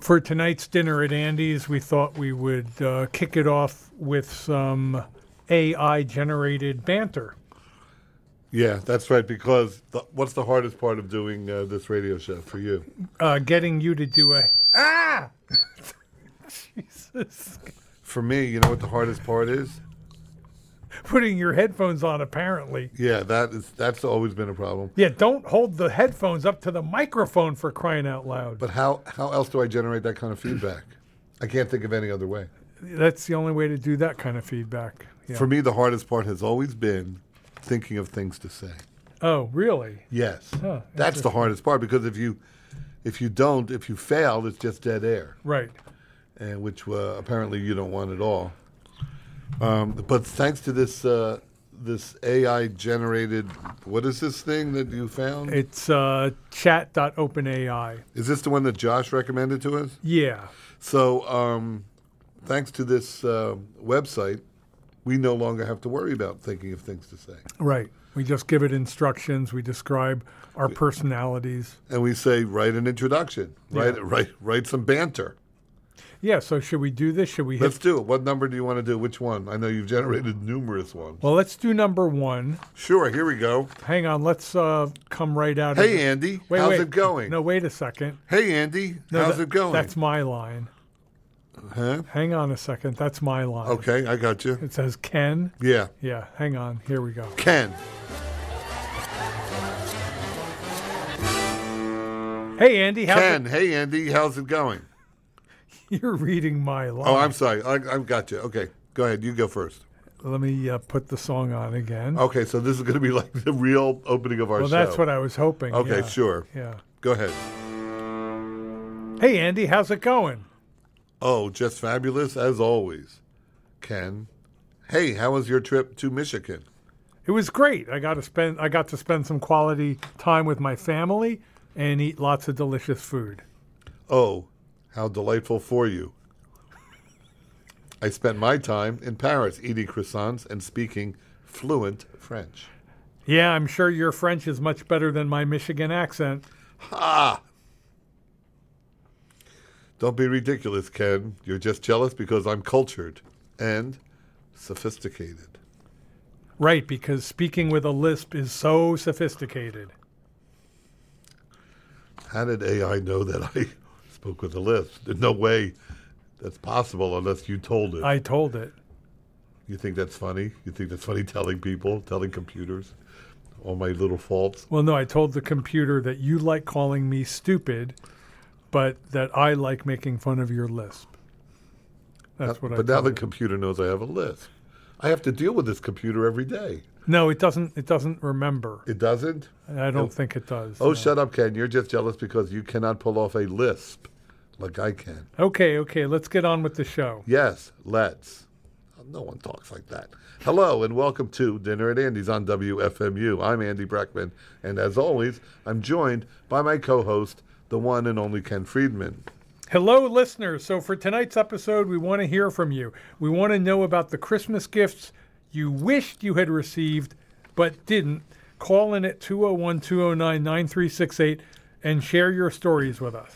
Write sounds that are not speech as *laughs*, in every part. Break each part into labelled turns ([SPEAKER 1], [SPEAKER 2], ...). [SPEAKER 1] for tonight's dinner at Andy's, we thought we would uh, kick it off with some AI generated banter.
[SPEAKER 2] Yeah, that's right. Because the, what's the hardest part of doing uh, this radio show for you?
[SPEAKER 1] Uh, getting you to do a. Ah! *laughs* Jesus.
[SPEAKER 2] For me, you know what the hardest part is?
[SPEAKER 1] Putting your headphones on, apparently.
[SPEAKER 2] Yeah, that is that's always been a problem.
[SPEAKER 1] Yeah, don't hold the headphones up to the microphone for crying out loud.
[SPEAKER 2] But how how else do I generate that kind of feedback? I can't think of any other way.
[SPEAKER 1] That's the only way to do that kind of feedback. Yeah.
[SPEAKER 2] For me, the hardest part has always been thinking of things to say.
[SPEAKER 1] oh, really?
[SPEAKER 2] Yes,
[SPEAKER 1] Huh,
[SPEAKER 2] that's the hardest part because if you if you don't if you fail, it's just dead air,
[SPEAKER 1] Right.
[SPEAKER 2] and which uh, apparently you don't want at all. Um, but thanks to this uh, this AI generated what is this thing that you found? Is
[SPEAKER 1] It's uh, chat.openai.
[SPEAKER 2] this the one that Josh recommended to us?
[SPEAKER 1] Yeah.
[SPEAKER 2] So, um, thanks to this uh, website, we no longer have to worry about thinking of things to say.
[SPEAKER 1] Right. We just give it instructions. We describe our personalities.
[SPEAKER 2] And we say, write an introduction, write, write, write some banter.
[SPEAKER 1] Yeah. So should we do this? Should we hit?
[SPEAKER 2] Let's do it. What number do you want to do? Which one? I know you've generated numerous ones.
[SPEAKER 1] Well, let's do number one.
[SPEAKER 2] Sure, here we go.
[SPEAKER 1] Hang on. Let's uh, come right out. of
[SPEAKER 2] Hey, Andy,
[SPEAKER 1] Wait,
[SPEAKER 2] how's
[SPEAKER 1] wait.
[SPEAKER 2] it going?
[SPEAKER 1] No, wait a second.
[SPEAKER 2] Hey, Andy,
[SPEAKER 1] No,
[SPEAKER 2] how's
[SPEAKER 1] tha-
[SPEAKER 2] it going?
[SPEAKER 1] That's my line.
[SPEAKER 2] huh?
[SPEAKER 1] Hang on a second. That's my line.
[SPEAKER 2] Okay, I got you.
[SPEAKER 1] It says Ken.
[SPEAKER 2] Yeah.
[SPEAKER 1] Yeah. Hang on. Here we go. *laughs*
[SPEAKER 2] Ken.
[SPEAKER 1] Hey, Andy. How's
[SPEAKER 2] Ken. Hey, Andy, how's it going?
[SPEAKER 1] It? You're reading my line.
[SPEAKER 2] Oh, I'm sorry. I, I've got you. Okay, go ahead. You go first.
[SPEAKER 1] Let me uh, put the song on again.
[SPEAKER 2] Okay, so this is going to be *laughs* like the real opening of our
[SPEAKER 1] well,
[SPEAKER 2] show.
[SPEAKER 1] that's what I was hoping.
[SPEAKER 2] Okay,
[SPEAKER 1] yeah.
[SPEAKER 2] sure.
[SPEAKER 1] Yeah.
[SPEAKER 2] Go ahead.
[SPEAKER 1] Hey, Andy. How's it going?
[SPEAKER 2] Oh, just fabulous as always. Ken. Hey, how was your trip to Michigan?
[SPEAKER 1] It was great. I got to spend I got to spend some quality time with my family and eat lots of delicious food.
[SPEAKER 2] Oh, how delightful for you. I spent my time in Paris eating croissants and speaking fluent French.
[SPEAKER 1] Yeah, I'm sure your French is much better than my Michigan accent.
[SPEAKER 2] Ha! Don't be ridiculous, Ken. You're just jealous because I'm cultured and sophisticated.
[SPEAKER 1] Right, because speaking with a lisp is so sophisticated.
[SPEAKER 2] How did AI know that I *laughs* spoke with a lisp? There's no way that's possible unless you told it.
[SPEAKER 1] I told it.
[SPEAKER 2] you think that's funny? You think that's funny telling people, telling computers all my little faults?
[SPEAKER 1] Well, no, I told the computer that you like calling me stupid, but that I like making fun of your lisp. That's what I
[SPEAKER 2] Uh, but now
[SPEAKER 1] told
[SPEAKER 2] the
[SPEAKER 1] it.
[SPEAKER 2] computer knows I have a lisp. I have to deal with this computer every day.
[SPEAKER 1] No, it doesn't it doesn't remember.
[SPEAKER 2] It doesn't?
[SPEAKER 1] I don't think it does.
[SPEAKER 2] Oh,
[SPEAKER 1] no.
[SPEAKER 2] shut up, Ken. You're just jealous because you cannot pull off a lisp like I can.
[SPEAKER 1] Okay, okay, let's get on with the show.
[SPEAKER 2] Yes, let's. No one talks like that. Hello and welcome to Dinner at Andy's on WFMU. I'm Andy Breckman, and as always, I'm joined by my co-host, the one and only Ken Friedman.
[SPEAKER 1] Hello, listeners. So, for tonight's episode, we want to hear from you. We want to know about the Christmas gifts you wished you had received but didn't. Call in at 201 209 9368 and share your stories with us.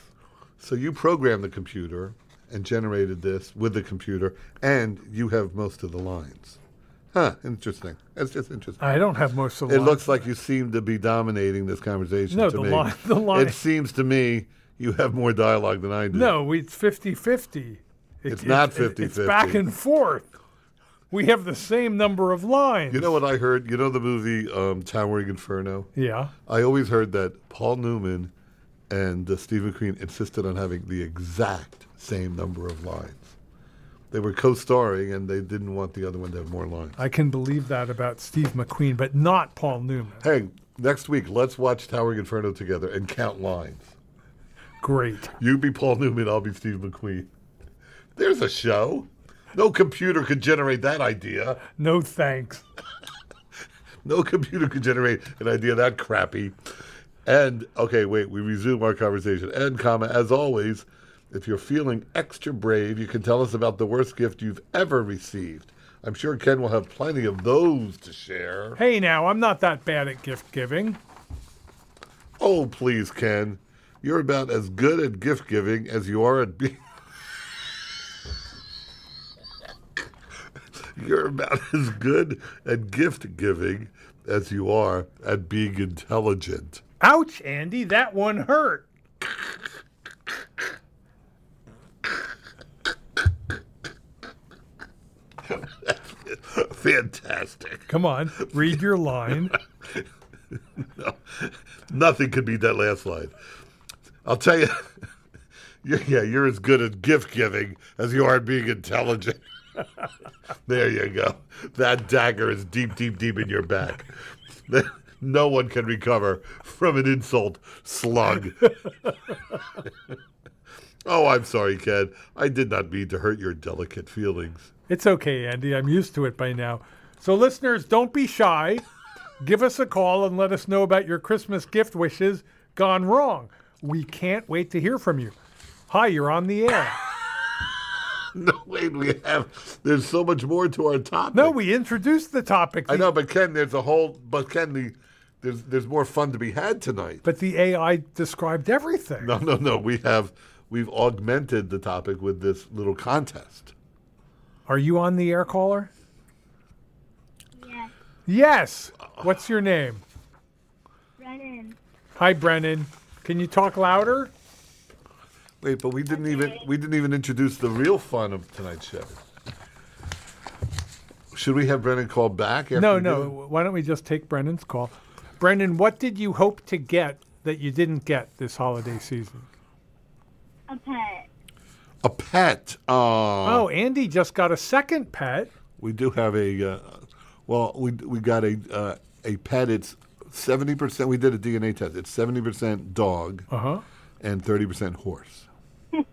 [SPEAKER 2] So you programmed the computer and generated this with the computer, and you have most of the lines. Huh? Interesting. That's just interesting.
[SPEAKER 1] I don't have most of the
[SPEAKER 2] It
[SPEAKER 1] lines.
[SPEAKER 2] looks like you seem to be dominating this conversation.
[SPEAKER 1] No,
[SPEAKER 2] to
[SPEAKER 1] the
[SPEAKER 2] me.
[SPEAKER 1] line- the line-
[SPEAKER 2] It seems to me you have more dialogue than I do.
[SPEAKER 1] No, it's 50 50.
[SPEAKER 2] It's not
[SPEAKER 1] It's
[SPEAKER 2] 50-50.
[SPEAKER 1] back and forth. We have the same number of lines.
[SPEAKER 2] You know what I heard? You know the movie um, Towering Inferno?
[SPEAKER 1] yeah.
[SPEAKER 2] I always heard that Paul Newman and uh, Steve McQueen insisted on having the exact same number of lines. They were co-starring, and they didn't want the other one to have more lines.
[SPEAKER 1] I can believe that about Steve McQueen, but not Paul Newman.
[SPEAKER 2] Hey, next week let's watch Towering Inferno together and count lines.
[SPEAKER 1] Great.
[SPEAKER 2] You be Paul Newman, I'll be Steve McQueen. There's a show. No computer could generate that idea.
[SPEAKER 1] No thanks.
[SPEAKER 2] No computer could generate an idea that crappy. And okay, wait, we resume our conversation. And comma, as always, if you're feeling extra brave, you can tell us about the worst gift you've ever received. I'm sure Ken will have plenty of those to share.
[SPEAKER 1] Hey, now, I'm not that bad at gift giving.
[SPEAKER 2] Oh, please, Ken. You're about as good at gift giving as you are at being. *laughs* You're about as good at gift giving as you are at being intelligent.
[SPEAKER 1] Ouch, Andy, that one hurt.
[SPEAKER 2] *laughs* Fantastic.
[SPEAKER 1] Come on, read your line.
[SPEAKER 2] *laughs* No, nothing could beat that last line. I'll tell you, *laughs* you're, yeah, you're as good at gift giving as you are at being intelligent. *laughs* there you go. That dagger is deep, deep, deep in your back. *laughs* no one can recover from an insult slug. *laughs* oh, I'm sorry, Ken. I did not mean to hurt your delicate feelings.
[SPEAKER 1] It's okay, Andy. I'm used to it by now. So, listeners, don't be shy. Give us a call and let us know about your Christmas gift wishes gone wrong. We can't wait to hear from you. Hi, you're on the air.
[SPEAKER 2] *laughs* No, wait, we have. There's so much more to our topic.
[SPEAKER 1] No, we introduced the topic,
[SPEAKER 2] I know, but Ken, there's a whole. But Ken, the, there's there's more fun to be had tonight.
[SPEAKER 1] but the AI described everything.
[SPEAKER 2] No, no, no. We have we've augmented the topic with this little contest.
[SPEAKER 1] Are you on the air caller?
[SPEAKER 3] Yeah,
[SPEAKER 1] Yes. What's your name?
[SPEAKER 3] run in.
[SPEAKER 1] Hi, Brennan. Can you talk louder?
[SPEAKER 2] Wait, but we didn't even we didn't even introduce the real fun of tonight's show. Should we have Brennan call back? After
[SPEAKER 1] No,
[SPEAKER 2] we do
[SPEAKER 1] no.
[SPEAKER 2] it?
[SPEAKER 1] Why don't we just take Brennan's call? Brennan, what did you hope to get that you didn't get this holiday season?
[SPEAKER 3] A pet.
[SPEAKER 2] A pet. Uh,
[SPEAKER 1] Oh, Andy just got a second pet.
[SPEAKER 2] we do have a. Uh, well, we we got a uh, a pet. It's seventy percent. We did a DNA test. It's seventy percent dog
[SPEAKER 1] Uh huh.
[SPEAKER 2] and thirty percent horse.
[SPEAKER 1] *laughs*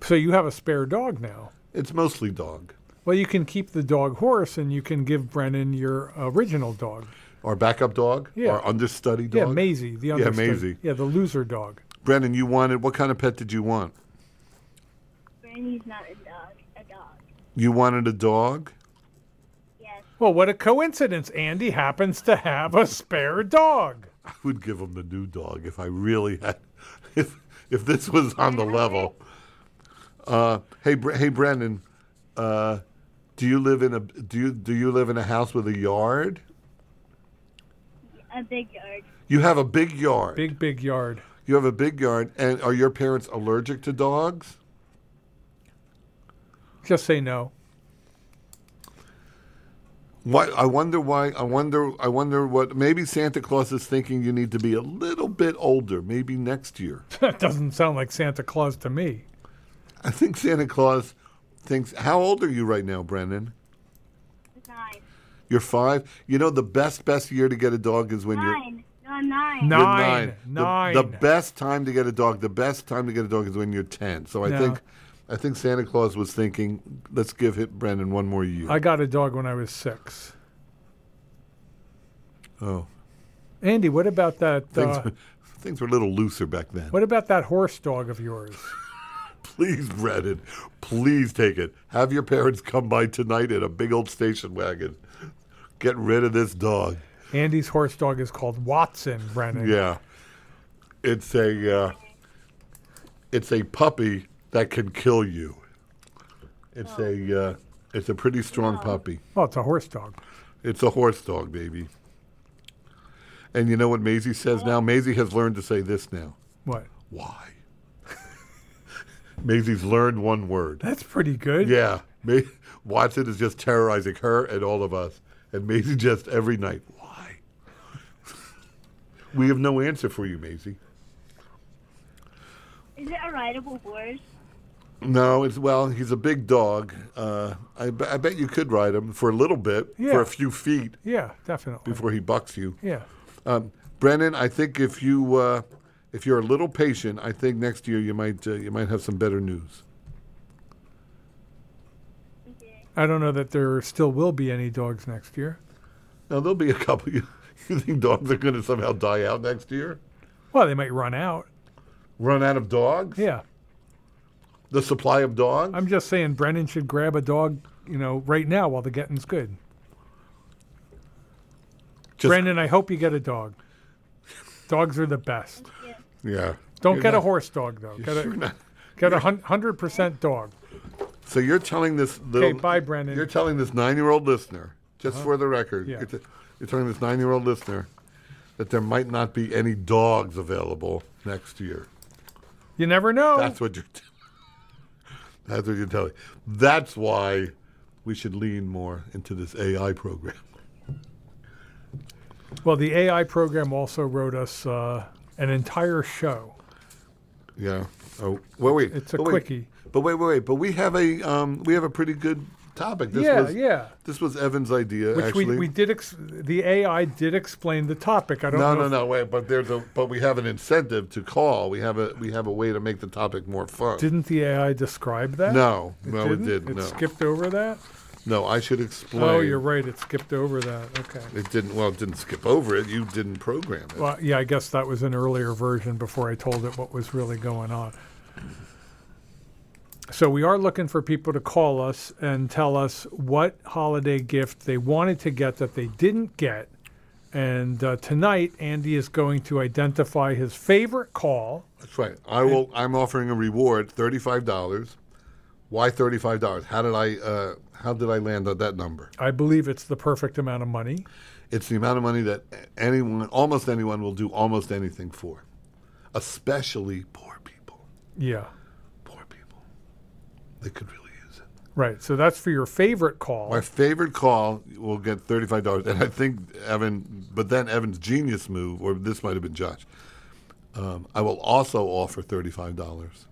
[SPEAKER 1] So you have a spare dog now.
[SPEAKER 2] It's mostly dog.
[SPEAKER 1] Well, you can keep the dog horse and you can give Brennan your original dog.
[SPEAKER 2] Our backup dog.
[SPEAKER 1] Yeah.
[SPEAKER 2] Our understudy dog.
[SPEAKER 1] Yeah, Maisie, the understudy.
[SPEAKER 2] Maisie.
[SPEAKER 1] Yeah, the loser dog.
[SPEAKER 2] Brennan, you wanted what kind of pet did you want?
[SPEAKER 3] Brandy's not a dog. A dog.
[SPEAKER 2] You wanted a dog.
[SPEAKER 3] Yes.
[SPEAKER 1] Well, what a coincidence. Andy happens to have a spare dog.
[SPEAKER 2] I would give him the new dog if I really had, *laughs* if if this was on the level. Uh, hey, Bre- hey, Brendan, uh, do you live in a do you do you live in a house with a yard?
[SPEAKER 3] A big yard.
[SPEAKER 2] You have a big yard.
[SPEAKER 1] Big, big yard.
[SPEAKER 2] You have a big yard, and are your parents allergic to dogs?
[SPEAKER 1] Just say no. *laughs*
[SPEAKER 2] Why? I wonder why. I wonder. I wonder what. Maybe Santa Claus is thinking you need to be a little bit older. Maybe next year.
[SPEAKER 1] That doesn't sound like Santa Claus to me.
[SPEAKER 2] I think Santa Claus thinks. How old are you right now, Brendan?
[SPEAKER 3] Nine.
[SPEAKER 2] You're five. You know the best best year to get a dog is when you're
[SPEAKER 3] Nine. No, nine.
[SPEAKER 1] No.
[SPEAKER 2] you're
[SPEAKER 1] Nine.
[SPEAKER 2] The-
[SPEAKER 1] Nine.
[SPEAKER 2] The, best time to get a dog. The best time to get a dog is when you're ten. So I
[SPEAKER 1] No.
[SPEAKER 2] think, I think Santa Claus was thinking, let's give hit Brendan one more year.
[SPEAKER 1] I got a dog when I was six.
[SPEAKER 2] oh,
[SPEAKER 1] Andy, what about that?
[SPEAKER 2] things
[SPEAKER 1] Uh,
[SPEAKER 2] were, things were a little looser back then. *laughs*
[SPEAKER 1] what about that horse dog of yours?
[SPEAKER 2] Please, Brendan, please take it. Have your parents come by tonight in a big old station wagon. Get rid of this dog.
[SPEAKER 1] Andy's horse dog is called Watson, Brennan.
[SPEAKER 2] Yeah, it's a uh, it's a puppy that can kill you. It's a
[SPEAKER 1] Oh.
[SPEAKER 2] uh, it's a pretty strong puppy.
[SPEAKER 1] Well, it's a horse dog.
[SPEAKER 2] It's a horse dog, baby. And you know what Maisie says now? Maisie has learned to say this now.
[SPEAKER 1] What?
[SPEAKER 2] Why? Maisie's learned one word.
[SPEAKER 1] That's pretty good.
[SPEAKER 2] Yeah, Ma- Watson is just terrorizing her and all of us, and Maisie just every night. Why? *laughs* we have no answer for you, Maisie.
[SPEAKER 3] Is it a rideable horse?
[SPEAKER 2] No, it's well. He's a big dog. Uh, I, be- I bet you could ride him for a little bit,
[SPEAKER 1] Yeah.
[SPEAKER 2] for a few feet,
[SPEAKER 1] Yeah, definitely.
[SPEAKER 2] before he bucks you.
[SPEAKER 1] Yeah.
[SPEAKER 2] Um, Brennan, I think if you uh, if you're a little patient, I think next year you might uh, you might have some better news.
[SPEAKER 3] Okay.
[SPEAKER 1] I don't know that there still will be any dogs next year.
[SPEAKER 2] Now there'll be a couple. *laughs* You, you think dogs are going to somehow die out next year?
[SPEAKER 1] Well, they might run out.
[SPEAKER 2] Run out of dogs?
[SPEAKER 1] Yeah.
[SPEAKER 2] The supply of dogs?
[SPEAKER 1] I'm just saying Brennan should grab a dog, you know, right now while the getting's good.
[SPEAKER 2] Just-
[SPEAKER 1] Brendan, I hope you get a dog. Dogs are the best.
[SPEAKER 3] Yeah.
[SPEAKER 2] Yeah.
[SPEAKER 1] Don't
[SPEAKER 2] You're
[SPEAKER 1] get a
[SPEAKER 2] not-
[SPEAKER 1] horse dog though. Get
[SPEAKER 2] You're
[SPEAKER 1] a
[SPEAKER 2] not-
[SPEAKER 1] get a hundred percent dog.
[SPEAKER 2] So you're telling this little.
[SPEAKER 1] bye, Brendan.
[SPEAKER 2] You're telling this nine-year-old listener, just for the record,
[SPEAKER 1] Yeah.
[SPEAKER 2] you're, t- you're telling this nine-year-old listener that there might not be any dogs available next year.
[SPEAKER 1] You never know.
[SPEAKER 2] That's what you're. T- that's what you're telling. *laughs* That's why we should lean more into this AI program.
[SPEAKER 1] well, the AI program also wrote us uh, an entire show.
[SPEAKER 2] Yeah. Oh, well, wait.
[SPEAKER 1] It's a
[SPEAKER 2] but wait.
[SPEAKER 1] quickie.
[SPEAKER 2] But wait, wait, wait. But we have a um, we have a pretty good topic. This
[SPEAKER 1] yeah,
[SPEAKER 2] was,
[SPEAKER 1] yeah.
[SPEAKER 2] This was Evan's idea.
[SPEAKER 1] Which
[SPEAKER 2] actually.
[SPEAKER 1] we, we did. Ex- the AI did explain the topic. I don't
[SPEAKER 2] No,
[SPEAKER 1] know.
[SPEAKER 2] no,
[SPEAKER 1] if-
[SPEAKER 2] no. Wait, but there's a but we have an incentive to call. We have a we have a way to make the topic more fun.
[SPEAKER 1] Didn't the AI describe that?
[SPEAKER 2] no, no, it didn't.
[SPEAKER 1] It
[SPEAKER 2] no,
[SPEAKER 1] skipped over that.
[SPEAKER 2] no. I should explain.
[SPEAKER 1] Oh, you're right. It skipped over that. Okay.
[SPEAKER 2] It didn't. Well, it didn't skip over it. You didn't program it.
[SPEAKER 1] Well, yeah, I guess that was an earlier version before I told it what was really going on. So we are looking for people to call us and tell us what holiday gift they wanted to get that they didn't get. And uh, tonight, Andy is going to identify his favorite call.
[SPEAKER 2] That's right. I will. I'm offering a reward, thirty-five dollars. Why thirty-five dollars? How did I? Uh, how did I land on that number?
[SPEAKER 1] I believe it's the perfect amount of money.
[SPEAKER 2] It's the amount of money that anyone, almost anyone, will do almost anything for, especially poor people.
[SPEAKER 1] Yeah,
[SPEAKER 2] Poor people. They could really use it.
[SPEAKER 1] right. So that's for your favorite call.
[SPEAKER 2] My favorite call will get thirty-five dollars, and I think Evan. But then Evan's genius move, or this might have been Josh. Um, I will also offer thirty-five dollars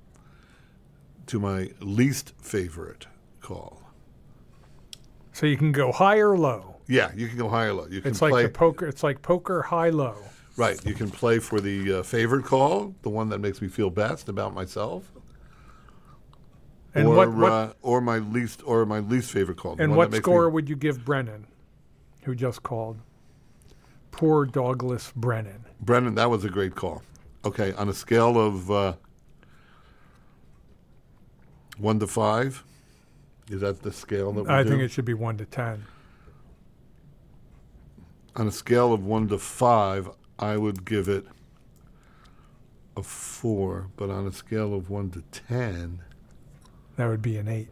[SPEAKER 2] to my least favorite call.
[SPEAKER 1] So you can go high or low.
[SPEAKER 2] Yeah, you can go high or low. You can
[SPEAKER 1] It's like
[SPEAKER 2] play
[SPEAKER 1] the poker. It's like poker high low.
[SPEAKER 2] right. You can play for the uh, favorite call, the one that makes me feel best about myself,
[SPEAKER 1] And
[SPEAKER 2] or
[SPEAKER 1] what, what
[SPEAKER 2] uh, or my least or my least favorite call. the
[SPEAKER 1] And
[SPEAKER 2] one
[SPEAKER 1] what
[SPEAKER 2] that makes
[SPEAKER 1] score
[SPEAKER 2] Me,
[SPEAKER 1] would you give Brennan, who just called? Poor dogless Brennan.
[SPEAKER 2] Brendan, that was a great call. Okay, on a scale of uh, one to five, is that the scale that we
[SPEAKER 1] I
[SPEAKER 2] do?
[SPEAKER 1] think it should be one to ten.
[SPEAKER 2] on a scale of one to five, I would give it a four. But on a scale of one to ten,
[SPEAKER 1] That would be an eight.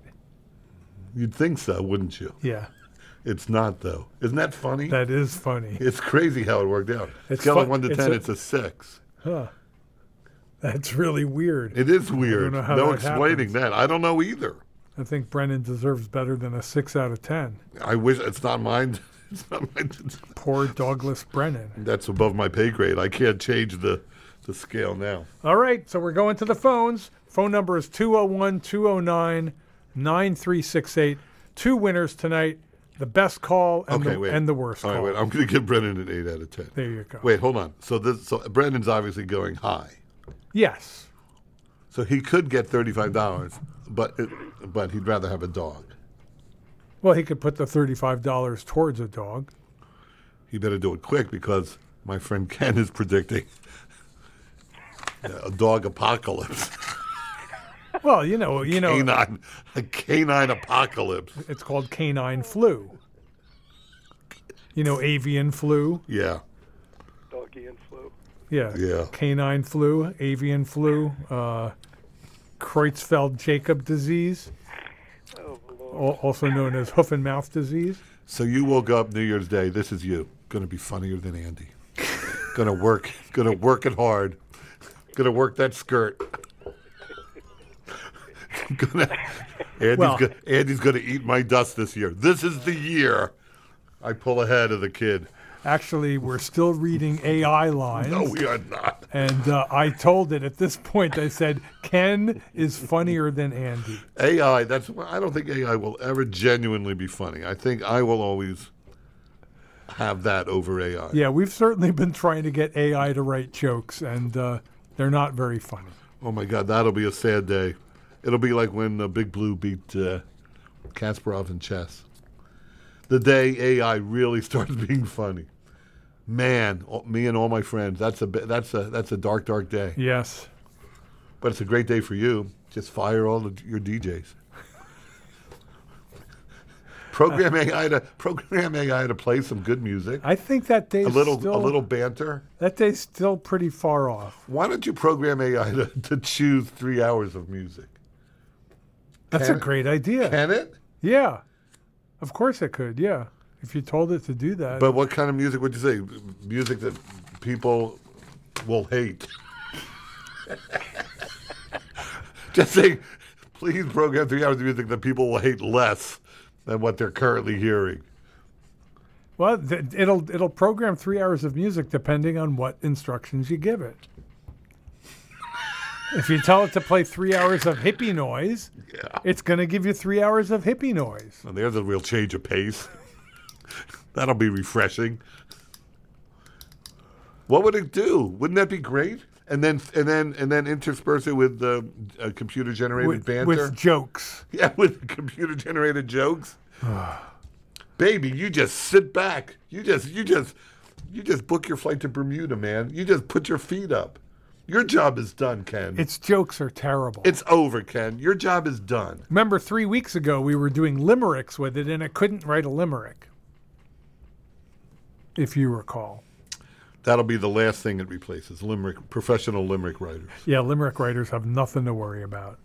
[SPEAKER 2] you'd think so, wouldn't you?
[SPEAKER 1] Yeah,
[SPEAKER 2] It's not though. Isn't that funny?
[SPEAKER 1] that is funny.
[SPEAKER 2] it's crazy how it worked out.
[SPEAKER 1] It's
[SPEAKER 2] scale of
[SPEAKER 1] fu-
[SPEAKER 2] one to
[SPEAKER 1] it's
[SPEAKER 2] ten,
[SPEAKER 1] a-
[SPEAKER 2] it's a six.
[SPEAKER 1] That's really weird.
[SPEAKER 2] It is weird.
[SPEAKER 1] know how
[SPEAKER 2] No
[SPEAKER 1] that
[SPEAKER 2] explaining that. I don't know either.
[SPEAKER 1] I think Brennan deserves better than a six out of
[SPEAKER 2] *laughs*
[SPEAKER 1] ten.
[SPEAKER 2] I wish it's not mine. *laughs* It's not mine. to-
[SPEAKER 1] Poor dogless Brennan.
[SPEAKER 2] That's above my pay grade. I can't change the, the scale now.
[SPEAKER 1] All right, so we're going to the phones. Phone number is 201 209 9368. Two winners tonight the best call and,
[SPEAKER 2] Okay,
[SPEAKER 1] the,
[SPEAKER 2] wait.
[SPEAKER 1] and the worst
[SPEAKER 2] All right,
[SPEAKER 1] call.
[SPEAKER 2] wait. I'm going to give Brendan an eight out of ten.
[SPEAKER 1] there you go.
[SPEAKER 2] Wait, hold on. So this, so Brendan's obviously going high.
[SPEAKER 1] Yes.
[SPEAKER 2] So he could get thirty-five dollars, but it, but he'd rather have a dog.
[SPEAKER 1] Well, he could put the $35 towards a dog.
[SPEAKER 2] He better do it quick because my friend Ken is predicting *laughs* a dog apocalypse,
[SPEAKER 1] Well, you know, you know,
[SPEAKER 2] canine, a canine apocalypse.
[SPEAKER 1] it's called canine flu. You know, avian flu.
[SPEAKER 2] Yeah,
[SPEAKER 4] doggy and flu.
[SPEAKER 1] Yeah.
[SPEAKER 2] Yeah.
[SPEAKER 1] Canine flu, avian flu, uh, Creutzfeldt Jacob disease,
[SPEAKER 4] Oh, Lord.
[SPEAKER 1] al- also known as hoof and mouth disease.
[SPEAKER 2] So you woke up New Year's Day. This is you. Gonna be funnier than Andy. gonna work. Gonna work it hard. Gonna work that skirt. *laughs* gonna, Andy's,
[SPEAKER 1] Well-
[SPEAKER 2] gonna, Andy's gonna eat my dust this year. This is the year I pull ahead of the kid.
[SPEAKER 1] Actually, we're still reading AI lines.
[SPEAKER 2] No, we are not.
[SPEAKER 1] And uh, I told it at this point, I said, Ken is funnier than Andy.
[SPEAKER 2] AI. That's. why- I don't think AI will ever genuinely be funny. I think I will always have that over AI.
[SPEAKER 1] Yeah, we've certainly been trying to get AI to write jokes, and uh, they're not very funny.
[SPEAKER 2] Oh my God, that'll be a sad day. It'll be like when uh, Big Blue beat uh, Kasparov in chess. The day AI really *laughs* starts being funny. Man, all- me and all my friends. That's a bi- that's a that's a dark dark day.
[SPEAKER 1] Yes.
[SPEAKER 2] But it's a great day for you. Just fire all the, your DJs. *laughs* Program AI to program AI to play some good music.
[SPEAKER 1] Uh, I think that day's
[SPEAKER 2] A little
[SPEAKER 1] still,
[SPEAKER 2] a little banter.
[SPEAKER 1] that day's still pretty far off.
[SPEAKER 2] Why don't you program AI to, to choose three hours of music?
[SPEAKER 1] That's
[SPEAKER 2] Can-
[SPEAKER 1] a great idea.
[SPEAKER 2] Can it?
[SPEAKER 1] yeah, of course it could. Yeah, if you told it to do that.
[SPEAKER 2] But what kind of music would you say? Music that people will hate. *laughs* Just say, please program three hours of music that people will hate less than what they're currently hearing.
[SPEAKER 1] well, th- it'll it'll program three hours of music depending on what instructions you give it. if you tell it to play three hours of hippie noise,
[SPEAKER 2] Yeah.
[SPEAKER 1] it's going to give you three hours of hippie noise.
[SPEAKER 2] And there's a real change of pace. *laughs* That'll be refreshing. What would it do? Wouldn't that be great? And then and then and then intersperse it with the uh, computer generated
[SPEAKER 1] with,
[SPEAKER 2] banter.
[SPEAKER 1] with jokes.
[SPEAKER 2] *laughs* Yeah, with computer generated jokes. *sighs* Baby, you just sit back. You just you just you just book your flight to Bermuda, man. You just put your feet up. Your job is done, Ken.
[SPEAKER 1] Its jokes are terrible.
[SPEAKER 2] it's over, Ken. Your job is done.
[SPEAKER 1] Remember, three weeks ago we were doing limericks with it, and it couldn't write a limerick, if you recall.
[SPEAKER 2] That'll be the last thing it replaces. Limerick professional limerick writers.
[SPEAKER 1] Yeah, limerick writers have nothing to worry about.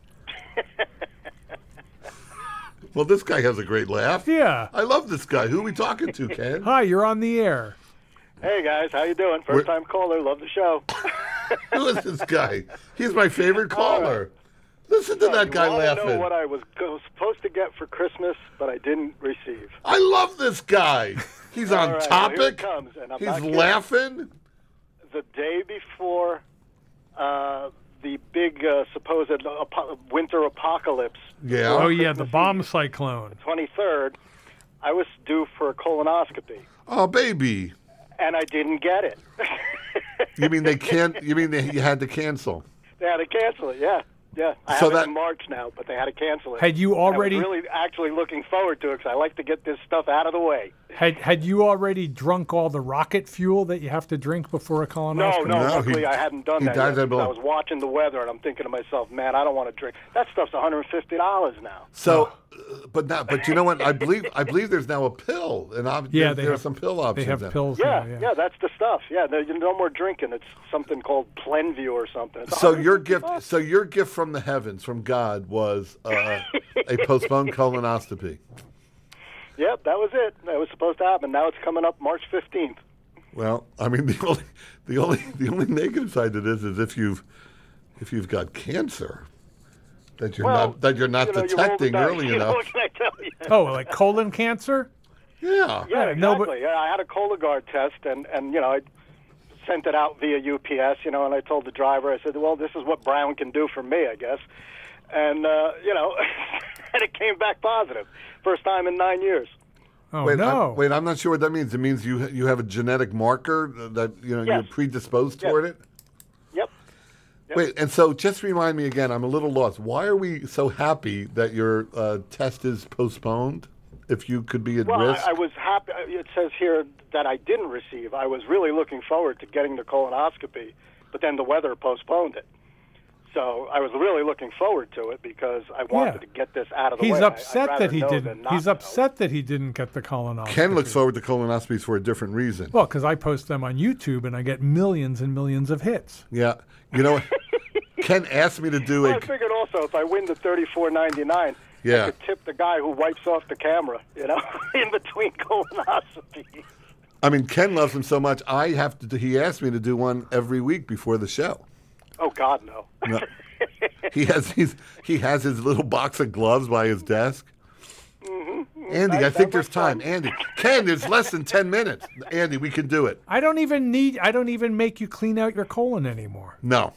[SPEAKER 2] Well, this guy has a great laugh.
[SPEAKER 1] Yeah.
[SPEAKER 2] I love this guy. Who are we talking to, Ken?
[SPEAKER 1] *laughs* Hi, you're on the air.
[SPEAKER 4] Hey guys, how you doing? 1st
[SPEAKER 2] We're-
[SPEAKER 4] time caller, love the show.
[SPEAKER 2] *laughs* Who is this guy? He's my favorite caller. Listen to that guy
[SPEAKER 4] you wanna know
[SPEAKER 2] laughing.
[SPEAKER 4] what *laughs* I was go- supposed to get for Christmas, but I didn't receive.
[SPEAKER 2] I love this guy. *laughs* He's on
[SPEAKER 4] All right, well,
[SPEAKER 2] topic.
[SPEAKER 4] here it comes, and I'm
[SPEAKER 2] He's
[SPEAKER 4] not kidding.
[SPEAKER 2] laughing.
[SPEAKER 4] The day before uh, the big uh, supposed apo- winter apocalypse,
[SPEAKER 2] Yeah.
[SPEAKER 1] Oh, yeah, the bomb cyclone.
[SPEAKER 4] 23rd, I was due for a colonoscopy,
[SPEAKER 2] Oh, baby.
[SPEAKER 4] and I didn't get it.
[SPEAKER 2] You mean they can't? You mean they you had to cancel?
[SPEAKER 4] they had to cancel it. Yeah, yeah. I
[SPEAKER 2] So
[SPEAKER 4] have it
[SPEAKER 2] that-
[SPEAKER 4] in March now, but they had to cancel it.
[SPEAKER 1] Had you already
[SPEAKER 4] I was really actually looking forward to it because I like to get this stuff out of the way.
[SPEAKER 1] had had you already drunk all the rocket fuel that you have to drink before a
[SPEAKER 4] No, no,
[SPEAKER 1] colonoscopy?
[SPEAKER 2] No,
[SPEAKER 4] luckily
[SPEAKER 2] he-
[SPEAKER 4] I hadn't done
[SPEAKER 2] he
[SPEAKER 4] that.
[SPEAKER 2] died
[SPEAKER 4] yet
[SPEAKER 2] that
[SPEAKER 4] because I
[SPEAKER 2] blow.
[SPEAKER 4] was watching the weather and I'm thinking to myself, man, I don't want to drink. That stuff's $150 now.
[SPEAKER 2] So,
[SPEAKER 1] Oh.
[SPEAKER 2] uh, but not. But you know what? I believe I believe there's now a pill, and ob- there,
[SPEAKER 1] Yeah, they
[SPEAKER 2] there
[SPEAKER 1] have-
[SPEAKER 2] are some pill
[SPEAKER 1] They
[SPEAKER 2] options.
[SPEAKER 1] have
[SPEAKER 2] now.
[SPEAKER 1] pills.
[SPEAKER 4] Yeah,
[SPEAKER 1] now,
[SPEAKER 4] yeah, that's the stuff. Yeah, no, you- no more drinking. It's something called Plenview or something. It's
[SPEAKER 2] So your
[SPEAKER 4] $150.
[SPEAKER 2] gift, so your gift from the heavens, from God, was uh,
[SPEAKER 4] *laughs*
[SPEAKER 2] a postponed colonoscopy.
[SPEAKER 4] Yep, that was it. That was supposed to happen. Now it's coming up March 15th.
[SPEAKER 2] Well, I mean the only the only the only negative side to this is if you've if you've got cancer that you're
[SPEAKER 4] Well,
[SPEAKER 2] not that you're not
[SPEAKER 4] you know, you roll the
[SPEAKER 2] detecting
[SPEAKER 4] dice,
[SPEAKER 2] early
[SPEAKER 4] you know,
[SPEAKER 2] enough.
[SPEAKER 4] what *laughs* can I tell you?
[SPEAKER 1] *laughs* Oh, like colon cancer?
[SPEAKER 2] Yeah.
[SPEAKER 4] Yeah,
[SPEAKER 1] Yeah,
[SPEAKER 4] exactly.
[SPEAKER 1] no, but-
[SPEAKER 4] yeah, I had a Cologuard test, and and you know, I sent it out via UPS. You know, and I told the driver, I said, "Well, this is what Brown can do for me, I guess." And uh, you know, *laughs* and it came back positive, first time in nine years.
[SPEAKER 1] Oh
[SPEAKER 2] Wait,
[SPEAKER 1] no!
[SPEAKER 2] I'm, wait, I'm not sure what that means. It means you you have a genetic marker that you know
[SPEAKER 4] Yes.
[SPEAKER 2] you're predisposed
[SPEAKER 4] Yes.
[SPEAKER 2] toward it.
[SPEAKER 4] Yep.
[SPEAKER 2] Wait, and so just remind me again. I'm a little lost. Why are we so happy that your uh, test is postponed? If you could be at
[SPEAKER 4] Well,
[SPEAKER 2] risk,
[SPEAKER 4] I, I was happy. uh, It says here that I didn't receive. I was really looking forward to getting the colonoscopy, but then the weather postponed it. So I was really looking forward to it because I wanted
[SPEAKER 1] Yeah.
[SPEAKER 4] to get this *laughs* out of the way.
[SPEAKER 1] He's
[SPEAKER 4] I- I'd
[SPEAKER 1] upset
[SPEAKER 4] rather
[SPEAKER 1] that he
[SPEAKER 4] know than
[SPEAKER 1] didn't.
[SPEAKER 4] not
[SPEAKER 1] He's
[SPEAKER 4] know.
[SPEAKER 1] upset that he didn't get the colonoscopy.
[SPEAKER 2] Ken looks forward to colonoscopies for a different reason.
[SPEAKER 1] Well, because I post them on YouTube and I get millions and millions of hits.
[SPEAKER 2] yeah,
[SPEAKER 4] *laughs*
[SPEAKER 2] you know, Ken asked me to do
[SPEAKER 4] Well,
[SPEAKER 2] a.
[SPEAKER 4] I figured also if I win the thirty-four ninety-nine,
[SPEAKER 2] Yeah.
[SPEAKER 4] I could tip the guy who wipes off the camera, you know, *laughs* in between colonoscopies.
[SPEAKER 2] I mean, Ken loves them so much. I have to. do- He asked me to do one every week before the show.
[SPEAKER 4] Oh God, no. *laughs*
[SPEAKER 2] No. he has his he has his little box of gloves by his desk.
[SPEAKER 4] Mm-hmm.
[SPEAKER 2] Andy, I
[SPEAKER 4] That- that
[SPEAKER 2] think there's
[SPEAKER 4] works out.
[SPEAKER 2] time. Andy, Ken, there's less than ten minutes. Andy, we can do it.
[SPEAKER 1] I don't even need. I don't even make you clean out your colon anymore.
[SPEAKER 4] *laughs*
[SPEAKER 2] No.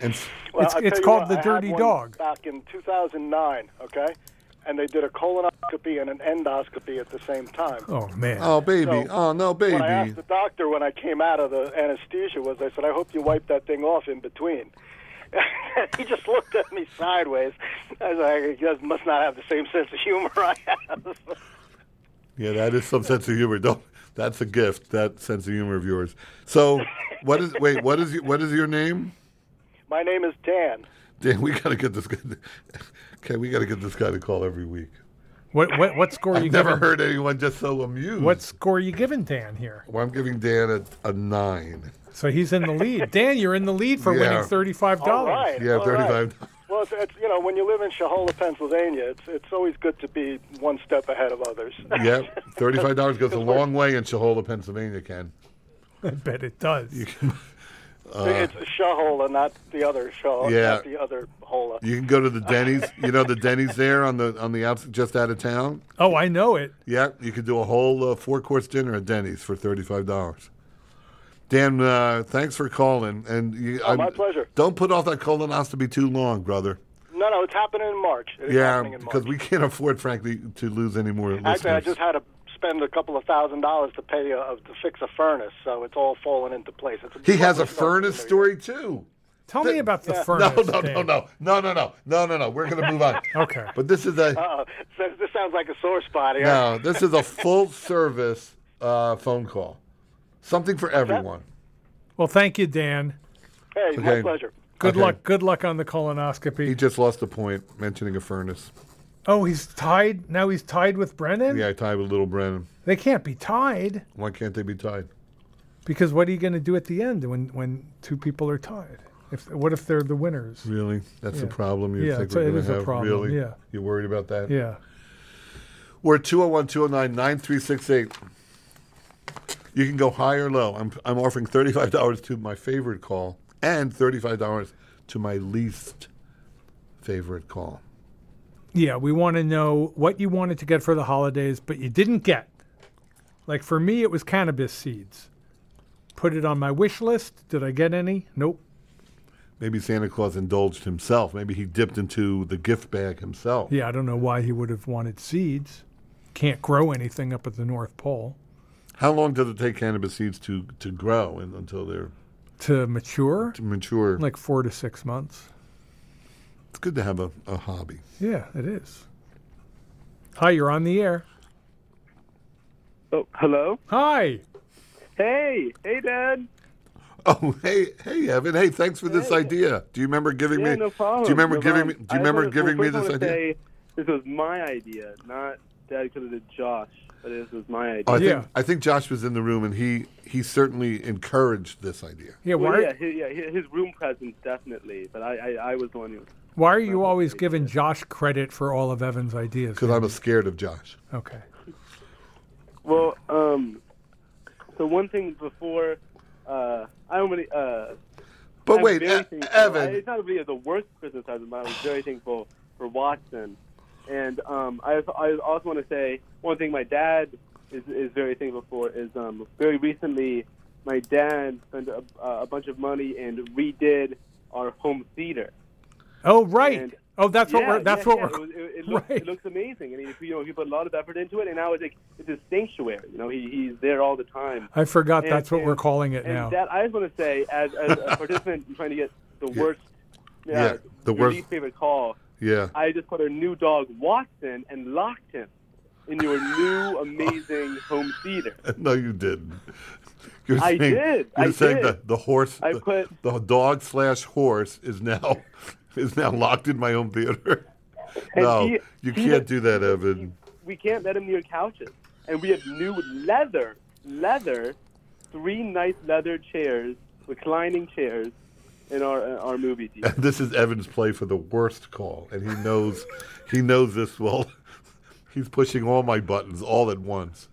[SPEAKER 2] and s-
[SPEAKER 4] Well,
[SPEAKER 1] It's-
[SPEAKER 4] I tell
[SPEAKER 1] it's
[SPEAKER 4] you
[SPEAKER 1] called
[SPEAKER 4] what,
[SPEAKER 1] The
[SPEAKER 4] I had
[SPEAKER 1] Dirty
[SPEAKER 4] one
[SPEAKER 1] Dog.
[SPEAKER 4] Back in 2009, okay, and they did a colonoscopy and an endoscopy at the same time.
[SPEAKER 1] Oh man!
[SPEAKER 2] oh, baby.
[SPEAKER 4] So,
[SPEAKER 2] oh no,
[SPEAKER 4] What I
[SPEAKER 2] baby.
[SPEAKER 4] asked the doctor when I came out of the anesthesia was, I said, I hope you wipe that thing off in between. *laughs* he just looked at me sideways. I was like, he does- must not have the same sense of humor I have. *laughs*
[SPEAKER 2] Yeah, that is some sense of humor. Don't. That's a gift. That sense of humor of yours. So, what is? Wait, what is? y- What is your name?
[SPEAKER 4] My name is Dan.
[SPEAKER 2] Dan, we gotta get this guy. Okay, we gotta get this guy to call every week.
[SPEAKER 1] What what what score are you
[SPEAKER 2] I've never
[SPEAKER 1] giving?
[SPEAKER 2] heard anyone just so amused.
[SPEAKER 1] What score are you giving Dan here? *laughs*
[SPEAKER 2] Well, I'm giving Dan a, a nine.
[SPEAKER 1] So he's in the lead. Dan, you're in the lead for
[SPEAKER 2] Yeah.
[SPEAKER 1] winning thirty five
[SPEAKER 4] All
[SPEAKER 1] dollars.
[SPEAKER 4] right.
[SPEAKER 2] Yeah,
[SPEAKER 4] all right. *laughs*
[SPEAKER 2] $35.
[SPEAKER 4] Well, it's, it's, you know, when you live in Shahola, Pennsylvania, it's it's always good to be one step ahead of others.
[SPEAKER 2] Yep, thirty-five dollars
[SPEAKER 4] *laughs*
[SPEAKER 2] goes a long way in Shahola, Pennsylvania. Ken,
[SPEAKER 1] I bet it does.
[SPEAKER 4] *laughs* it's Shahola, not the other Shahola,
[SPEAKER 2] uh, Yeah.
[SPEAKER 4] not the other Hola.
[SPEAKER 2] you can go to the Denny's. You know the Denny's there on the on the outs just out of town.
[SPEAKER 1] Oh, I know it.
[SPEAKER 2] Yeah, you could do a whole uh, four course dinner at Denny's for thirty five dollars. Dan, uh, thanks for calling. And you,
[SPEAKER 4] Oh, my pleasure.
[SPEAKER 2] Don't put off that colonoscopy too long, brother.
[SPEAKER 4] No, no, it's happening in March. It is
[SPEAKER 2] yeah,
[SPEAKER 4] happening in
[SPEAKER 2] because
[SPEAKER 4] March.
[SPEAKER 2] we can't afford, frankly, to lose any more
[SPEAKER 4] Actually, I
[SPEAKER 2] listeners.
[SPEAKER 4] just had to spend a couple of thousand dollars to pay uh, to fix a furnace, so it's all falling into place. It's
[SPEAKER 2] he has
[SPEAKER 4] *laughs*
[SPEAKER 2] a
[SPEAKER 4] lovely start to
[SPEAKER 2] furnace
[SPEAKER 4] the new
[SPEAKER 2] story too.
[SPEAKER 1] Tell me about the
[SPEAKER 2] No,
[SPEAKER 1] furnace.
[SPEAKER 2] no, no,
[SPEAKER 1] Dan.
[SPEAKER 2] no, no, no, no, no, no, no. We're gonna move on.
[SPEAKER 1] *laughs* Okay.
[SPEAKER 2] But this is a
[SPEAKER 4] year. Uh-oh. So this sounds like a sore spot here.
[SPEAKER 2] no, this is a full service uh, phone call. Something for everyone.
[SPEAKER 1] Well, thank you, Dan.
[SPEAKER 4] Hey, my
[SPEAKER 2] Okay.
[SPEAKER 4] pleasure.
[SPEAKER 1] Good
[SPEAKER 2] Okay.
[SPEAKER 1] luck. Good luck on the
[SPEAKER 2] He
[SPEAKER 1] colonoscopy.
[SPEAKER 2] just lost a point mentioning a furnace.
[SPEAKER 1] Oh, he's tied. Now he's tied with Brennan.
[SPEAKER 2] Yeah, I tied with little Brennan.
[SPEAKER 1] They can't be tied
[SPEAKER 2] Why can't they be tied?
[SPEAKER 1] because what are you going to do at the end when when two people are tied? If what if they're the winners?
[SPEAKER 2] Really? That's the
[SPEAKER 1] Yeah.
[SPEAKER 2] problem you
[SPEAKER 1] Yeah,
[SPEAKER 2] think
[SPEAKER 1] it's-
[SPEAKER 2] we're
[SPEAKER 1] it
[SPEAKER 2] going
[SPEAKER 1] is
[SPEAKER 2] to
[SPEAKER 1] a
[SPEAKER 2] have?
[SPEAKER 1] problem,
[SPEAKER 2] Really?
[SPEAKER 1] yeah.
[SPEAKER 2] You're worried about that?
[SPEAKER 1] Yeah.
[SPEAKER 2] We're at 201 209 9368. You can go high or low. I'm, I'm offering $35 to my favorite call and $35 to my least favorite call.
[SPEAKER 1] Yeah, we want to know what you wanted to get for the holidays, but you didn't get. Like for me, it was cannabis seeds. Put it on my wish list. Did I get any? Nope.
[SPEAKER 2] Maybe Santa Claus indulged himself. Maybe he dipped into the gift bag himself.
[SPEAKER 1] Yeah, I don't know why he would have wanted seeds. Can't grow anything up at the North Pole
[SPEAKER 2] How long does it take cannabis seeds to, to grow and, until they're
[SPEAKER 1] to mature,
[SPEAKER 2] mature?
[SPEAKER 1] like four to six months.
[SPEAKER 2] it's good to have a, a hobby.
[SPEAKER 1] Yeah, it is. Hi, you're on the air.
[SPEAKER 5] Oh, hello.
[SPEAKER 1] Hi.
[SPEAKER 5] Hey, hey, Dad.
[SPEAKER 2] Oh, hey, hey, Evan. Hey, thanks for this idea. Do you remember giving
[SPEAKER 5] Yeah,
[SPEAKER 2] me?
[SPEAKER 5] no problem.
[SPEAKER 2] Do you remember
[SPEAKER 5] no
[SPEAKER 2] giving me?
[SPEAKER 5] problem.
[SPEAKER 2] Do you
[SPEAKER 5] I
[SPEAKER 2] remember
[SPEAKER 5] wanna-
[SPEAKER 2] giving
[SPEAKER 5] well,
[SPEAKER 2] me
[SPEAKER 5] first I
[SPEAKER 2] this
[SPEAKER 5] wanna
[SPEAKER 2] idea?
[SPEAKER 5] Say, this was my idea, not Dad could have did Josh, but this was my idea.
[SPEAKER 2] Oh, I
[SPEAKER 1] Yeah.
[SPEAKER 2] think I think Josh was in the room, and he he certainly encouraged this idea. *laughs*
[SPEAKER 1] Yeah,
[SPEAKER 5] Well,
[SPEAKER 1] why,
[SPEAKER 5] yeah, his, yeah, hi- his room presence definitely, but I, I, I was the one who.
[SPEAKER 1] why are you always giving Josh credit for all of Evan's ideas?
[SPEAKER 2] Because I'm scared of Josh.
[SPEAKER 1] Okay.
[SPEAKER 5] Well, um, so one thing before, uh, I don't really, uh,
[SPEAKER 2] But
[SPEAKER 5] I'm
[SPEAKER 2] wait,
[SPEAKER 5] very
[SPEAKER 2] E-
[SPEAKER 5] thankful. I,
[SPEAKER 2] Evan.
[SPEAKER 5] it's not really the worst Christmas present, but I was very thankful for Watson. And um, I, I also want to say one thing my dad is, is very thankful for is um, very recently my dad spent a, a bunch of money and redid our home theater.
[SPEAKER 1] Oh, right.
[SPEAKER 5] And-
[SPEAKER 1] oh, that's what
[SPEAKER 5] Yeah,
[SPEAKER 1] we're. That's
[SPEAKER 5] yeah,
[SPEAKER 1] what we're.
[SPEAKER 5] yeah. It, was- it- it looks,
[SPEAKER 1] Right.
[SPEAKER 5] it looks amazing, and he, you know, he put a lot of effort into it. And now it's like it's a sanctuary. You know, he, he's there all the time.
[SPEAKER 1] I forgot.
[SPEAKER 5] And-
[SPEAKER 1] that's what
[SPEAKER 5] and-
[SPEAKER 1] we're calling it
[SPEAKER 5] And
[SPEAKER 1] now.
[SPEAKER 5] that I just want to say, as, as a participant in trying to get the worst,
[SPEAKER 2] Yeah,
[SPEAKER 5] uh,
[SPEAKER 2] the
[SPEAKER 5] your
[SPEAKER 2] worst-
[SPEAKER 5] least favorite call,
[SPEAKER 2] Yeah.
[SPEAKER 5] I just put our new dog Watson and locked him in your
[SPEAKER 2] *laughs*
[SPEAKER 5] new amazing home theater.
[SPEAKER 2] No, you didn't. *laughs* You're
[SPEAKER 5] I
[SPEAKER 2] saying,
[SPEAKER 5] did.
[SPEAKER 2] You're
[SPEAKER 5] I
[SPEAKER 2] saying
[SPEAKER 5] did.
[SPEAKER 2] The, the horse,
[SPEAKER 5] I
[SPEAKER 2] the,
[SPEAKER 5] put-
[SPEAKER 2] the dog slash horse is now *laughs* is now locked in my home theater. *laughs*
[SPEAKER 5] And
[SPEAKER 2] no,
[SPEAKER 5] he-
[SPEAKER 2] you
[SPEAKER 5] he
[SPEAKER 2] can't
[SPEAKER 5] was-
[SPEAKER 2] do that, Evan.
[SPEAKER 5] We can't let him near couches, and we have new leather, leather, three nice leather chairs, reclining chairs, in our uh, our movie theater.
[SPEAKER 2] *laughs* this is Evan's play for the worst call, and he knows he knows this well. *laughs* He's pushing all my buttons all at once.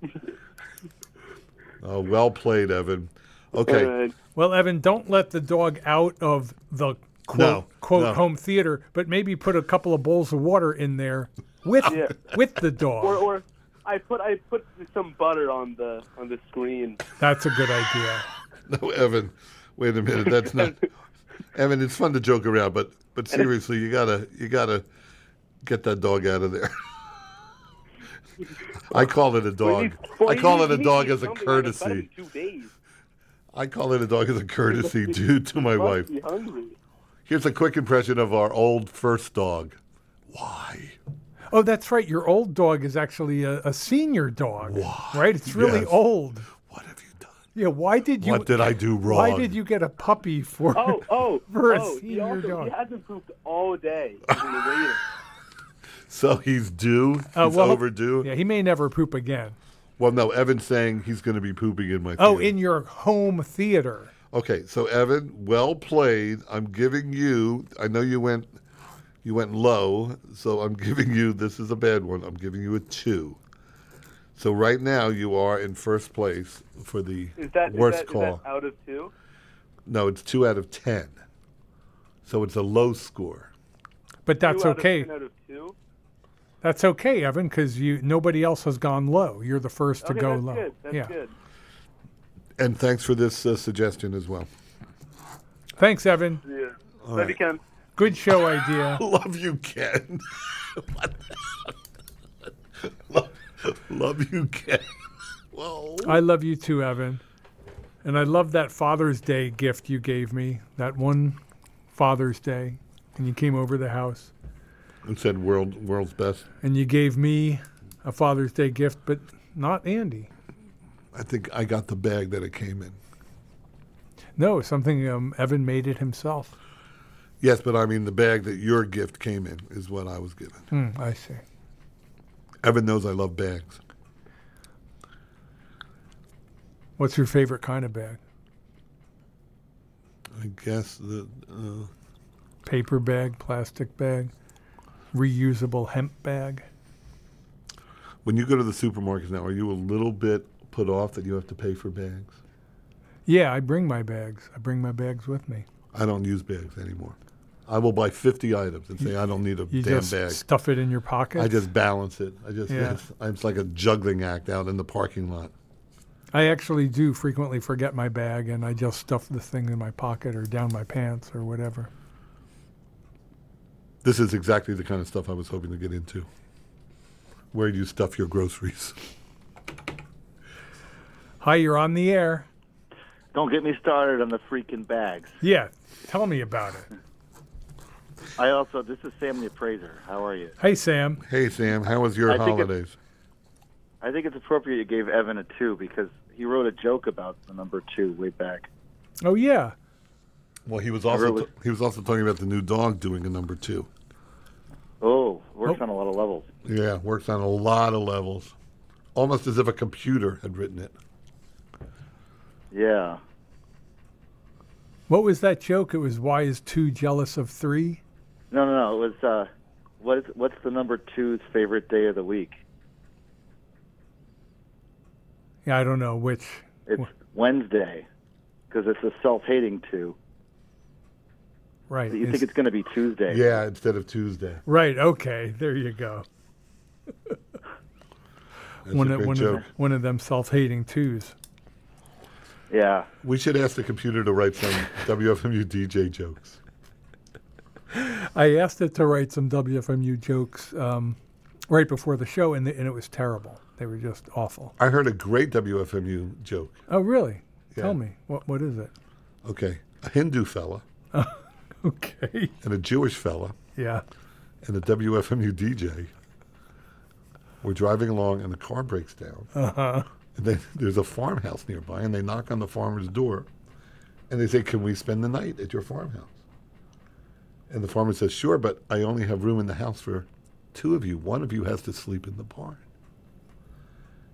[SPEAKER 2] oh, well played, Evan. Okay,
[SPEAKER 5] And
[SPEAKER 1] well, Evan, don't let the dog out of the quote
[SPEAKER 2] No,
[SPEAKER 1] quote
[SPEAKER 2] no.
[SPEAKER 1] home theater, but maybe put a couple of bowls of water in there with
[SPEAKER 5] Yeah.
[SPEAKER 1] with the dog.
[SPEAKER 5] or or I put I put some butter on the on the
[SPEAKER 1] *laughs*
[SPEAKER 5] screen.
[SPEAKER 1] that's a good idea.
[SPEAKER 2] *laughs* no, Evan. Wait a minute. That's not Evan. It's fun to joke around, but but seriously, you gotta you gotta get that dog out of there. *laughs* I call it a dog. I call it a dog as a courtesy.
[SPEAKER 5] Two days.
[SPEAKER 2] I call it a dog as a
[SPEAKER 5] *laughs*
[SPEAKER 2] courtesy *laughs* due to my
[SPEAKER 5] Must
[SPEAKER 2] wife.
[SPEAKER 5] be hungry.
[SPEAKER 2] Here's a quick impression of our old first dog. Why?
[SPEAKER 1] Oh, that's right. Your old dog is actually a, a senior dog, right? It's really
[SPEAKER 2] Yes.
[SPEAKER 1] old.
[SPEAKER 2] What have you done?
[SPEAKER 1] Yeah, why did you?
[SPEAKER 2] What did I do wrong?
[SPEAKER 1] Why did you get a puppy for?
[SPEAKER 5] Oh, oh,
[SPEAKER 1] *laughs* For a
[SPEAKER 5] oh, he,
[SPEAKER 1] senior
[SPEAKER 5] also,
[SPEAKER 1] dog.
[SPEAKER 5] he hasn't pooped all day.
[SPEAKER 1] *laughs*
[SPEAKER 5] He's been waiting.
[SPEAKER 2] So he's due. He's
[SPEAKER 1] Uh, well,
[SPEAKER 2] overdue.
[SPEAKER 1] Yeah, he may never poop again.
[SPEAKER 2] Well, no, Evan's saying he's going to be pooping in my.
[SPEAKER 1] Oh,
[SPEAKER 2] theater.
[SPEAKER 1] in your home theater.
[SPEAKER 2] Okay, so Evan, well played. I'm giving you. I know you went, you went low. So I'm *laughs* giving you. This is a bad one. I'm giving you a two. So right now you are in first place for the
[SPEAKER 5] Is that, is
[SPEAKER 2] worst
[SPEAKER 5] that- is
[SPEAKER 2] call.
[SPEAKER 5] that out of two?
[SPEAKER 2] no, it's two out of ten. So it's a low score.
[SPEAKER 1] But that's
[SPEAKER 5] two out of
[SPEAKER 1] okay.
[SPEAKER 5] 10 out of two?
[SPEAKER 1] That's okay, Evan, because you nobody else has gone low. You're the first to
[SPEAKER 5] Okay,
[SPEAKER 1] go
[SPEAKER 5] that's
[SPEAKER 1] low.
[SPEAKER 5] good. That's
[SPEAKER 1] yeah.
[SPEAKER 5] good.
[SPEAKER 2] And thanks for this uh, suggestion as well.
[SPEAKER 1] Thanks, Evan.
[SPEAKER 5] Yeah. Love
[SPEAKER 2] right.
[SPEAKER 5] you, Ken.
[SPEAKER 1] Good show idea.
[SPEAKER 2] *laughs* Love you, Ken. *laughs* What the- love, love you, Ken. Whoa.
[SPEAKER 1] I love you too, Evan. And I love that Father's Day gift you gave me. That one Father's Day, and you came over the house
[SPEAKER 2] And said world world's best.
[SPEAKER 1] and you gave me a Father's Day gift, but not Andy.
[SPEAKER 2] I think I got the bag that it came in.
[SPEAKER 1] No, something um, Evan made it himself.
[SPEAKER 2] Yes, but I mean the bag that your gift came in is what I was given.
[SPEAKER 1] Hmm, I see.
[SPEAKER 2] Evan knows I love bags.
[SPEAKER 1] What's your favorite kind of bag?
[SPEAKER 2] I guess the uh,
[SPEAKER 1] Paper bag, plastic bag, reusable hemp bag.
[SPEAKER 2] when you go to the supermarkets now, are you a little bit put off that you have to pay for bags?
[SPEAKER 1] Yeah, I bring my bags. I bring my bags with me.
[SPEAKER 2] I don't use bags anymore. I will buy fifty items and say I don't need a
[SPEAKER 1] You
[SPEAKER 2] damn
[SPEAKER 1] just
[SPEAKER 2] bag.
[SPEAKER 1] stuff it in your pocket.
[SPEAKER 2] I just balance it. I just
[SPEAKER 1] Yeah.
[SPEAKER 2] it's, it's like a juggling act out in the parking lot.
[SPEAKER 1] I actually do frequently forget my bag and I just stuff the thing in my pocket or down my pants or whatever.
[SPEAKER 2] This is exactly the kind of stuff I was hoping to get into. Where do you stuff your groceries?
[SPEAKER 1] Hi, you're on the air.
[SPEAKER 6] Don't get me started on the freaking bags.
[SPEAKER 1] Yeah, tell me about it.
[SPEAKER 6] I also, this is Sam the Appraiser. How are you?
[SPEAKER 1] *laughs* Hey, Sam.
[SPEAKER 2] Hey Sam, how was your
[SPEAKER 6] I think it-
[SPEAKER 2] holidays?
[SPEAKER 6] I think it's appropriate you gave Evan a two because he wrote a joke about the number two way back.
[SPEAKER 1] Oh, yeah.
[SPEAKER 2] Well, he was also
[SPEAKER 6] really-
[SPEAKER 2] t- he was also talking about the new dog doing a number two.
[SPEAKER 6] Oh, works
[SPEAKER 1] Oh.
[SPEAKER 6] on a lot of levels.
[SPEAKER 2] Yeah, works on a lot of levels, almost as if a computer had written it.
[SPEAKER 6] Yeah.
[SPEAKER 1] What was that joke? It was why is two jealous of three?
[SPEAKER 6] No, no, no. It was uh, what is what's the number two's favorite day of the week?
[SPEAKER 1] Yeah, I don't know which.
[SPEAKER 6] It's Wednesday because it's a self-hating two.
[SPEAKER 1] Right.
[SPEAKER 6] But you
[SPEAKER 1] it's-
[SPEAKER 6] think it's going to be Tuesday?
[SPEAKER 2] Yeah, instead of Tuesday.
[SPEAKER 1] right. Okay. There you go.
[SPEAKER 2] That's
[SPEAKER 1] One,
[SPEAKER 2] a
[SPEAKER 1] of,
[SPEAKER 2] great
[SPEAKER 1] one, of,
[SPEAKER 2] joke.
[SPEAKER 1] the- one of them self hating twos.
[SPEAKER 6] Yeah.
[SPEAKER 2] we should ask the computer to write some *laughs* WFMU DJ jokes.
[SPEAKER 1] I asked it to write some WFMU jokes um, right before the show, and, the, and it was terrible. They were just awful.
[SPEAKER 2] I heard a great WFMU joke.
[SPEAKER 1] Oh, really?
[SPEAKER 2] Yeah.
[SPEAKER 1] Tell me. What, what is it?
[SPEAKER 2] Okay, a Hindu fella
[SPEAKER 1] *laughs* Okay.
[SPEAKER 2] and a Jewish fella
[SPEAKER 1] Yeah.
[SPEAKER 2] and a WFMU DJ were driving along, and the car breaks down.
[SPEAKER 1] Uh-huh.
[SPEAKER 2] And then there's a farmhouse nearby, and they knock on the farmer's door, and they say, "Can we spend the night at your farmhouse?" And the farmer says, "Sure, but I only have room in the house for two of you. One of you has to sleep in the barn."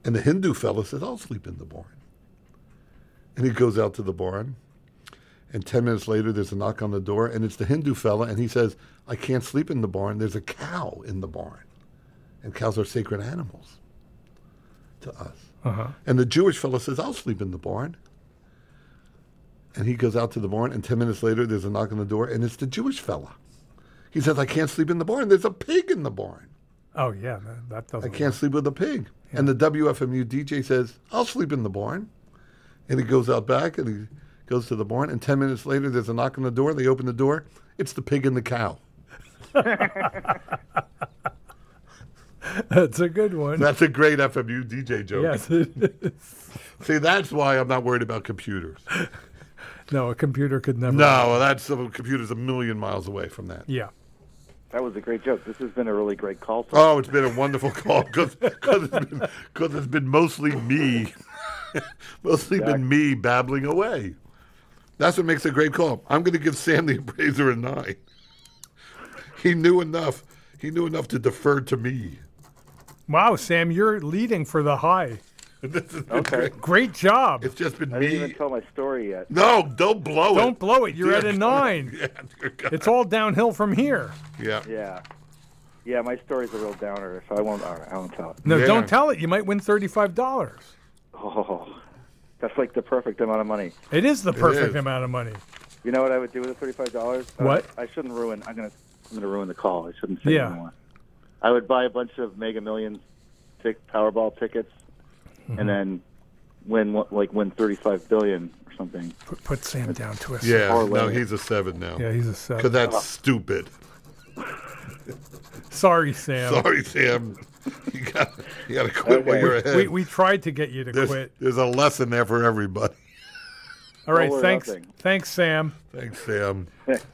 [SPEAKER 2] And the Hindu fellow says, "I'll sleep in the barn." And he goes out to the barn, and ten minutes later, there's a knock on the door, and it's the Hindu fella, and he says, "I can't sleep in the barn. There's a cow in the barn, and cows are sacred animals to us."
[SPEAKER 1] Uh-huh.
[SPEAKER 2] And the Jewish fellow says, I'll sleep in the barn. And he goes out to the barn, and 10 minutes later, there's a knock on the door, and it's the Jewish fella. He says, I can't sleep in the barn. There's a pig in the barn.
[SPEAKER 1] Oh, yeah. That, that
[SPEAKER 2] I
[SPEAKER 1] doesn't
[SPEAKER 2] can't sleep with a pig. And the WFMU DJ says, I'll sleep in the barn. And he goes out back and he goes to the barn, and 10 minutes later, there's a knock on the door. They open the door. It's the pig and the cow.
[SPEAKER 1] work. *laughs* That's a good one.
[SPEAKER 2] That's a great FMU DJ joke.
[SPEAKER 1] yes, it is.
[SPEAKER 2] See, that's why I'm not worried about computers.
[SPEAKER 1] No, a computer could never.
[SPEAKER 2] No, that's a computer's a million miles away from that.
[SPEAKER 1] Yeah.
[SPEAKER 6] That was a great joke. This has been a really great call.
[SPEAKER 2] Oh, it's been a wonderful call because it's, been- 'cause it's been mostly me. *laughs* Mostly been me babbling away. That's what makes a great call. I'm going to give Sam the appraiser a nine. He knew enough. He knew enough to defer to me.
[SPEAKER 1] Wow, Sam, you're leading for the high.
[SPEAKER 2] *laughs* This is- *laughs*
[SPEAKER 6] Okay.
[SPEAKER 1] Great job.
[SPEAKER 2] It's just been
[SPEAKER 6] I didn't even
[SPEAKER 2] me.
[SPEAKER 6] tell my story yet.
[SPEAKER 2] No, don't blow it.
[SPEAKER 1] Don't blow it.
[SPEAKER 2] *laughs*
[SPEAKER 1] You're at a
[SPEAKER 2] Dear-
[SPEAKER 1] nine.
[SPEAKER 2] Yeah, dear God.
[SPEAKER 1] It's all downhill from here.
[SPEAKER 2] yeah.
[SPEAKER 6] Yeah. Yeah, my story's a real downer, so I won't. All right, I won't tell it.
[SPEAKER 1] No,
[SPEAKER 2] Yeah.
[SPEAKER 1] don't tell it. You might win thirty-five dollars.
[SPEAKER 6] Oh, that's like the perfect amount of money.
[SPEAKER 1] It is the perfect
[SPEAKER 2] is.
[SPEAKER 1] amount of money.
[SPEAKER 6] You know what I would do with the thirty-five dollars?
[SPEAKER 7] Uh,
[SPEAKER 1] What?
[SPEAKER 6] I shouldn't ruin. I'm gonna. I'm gonna ruin the call. I shouldn't say
[SPEAKER 1] Yeah.
[SPEAKER 6] anymore. I would buy a bunch of Mega Millions, tick Powerball tickets,
[SPEAKER 1] Mm-hmm.
[SPEAKER 6] and then win one- like win thirty-five billion or something.
[SPEAKER 1] Put, put Sam down to us.
[SPEAKER 2] Yeah. No,
[SPEAKER 6] Parlay it.
[SPEAKER 2] he's a seven now.
[SPEAKER 1] yeah, he's a
[SPEAKER 2] Because
[SPEAKER 1] seven.
[SPEAKER 2] that's
[SPEAKER 6] Uh-huh.
[SPEAKER 2] stupid. *laughs*
[SPEAKER 1] Sorry, Sam.
[SPEAKER 2] Sorry, Sam. You got you got to quit while
[SPEAKER 6] Okay.
[SPEAKER 2] you're ahead.
[SPEAKER 1] We, we tried to get you to
[SPEAKER 2] there's,
[SPEAKER 1] quit.
[SPEAKER 2] there's a lesson there for everybody.
[SPEAKER 1] All right,
[SPEAKER 6] All or
[SPEAKER 1] thanks,
[SPEAKER 6] nothing.
[SPEAKER 1] thanks, Sam.
[SPEAKER 2] Thanks, Sam.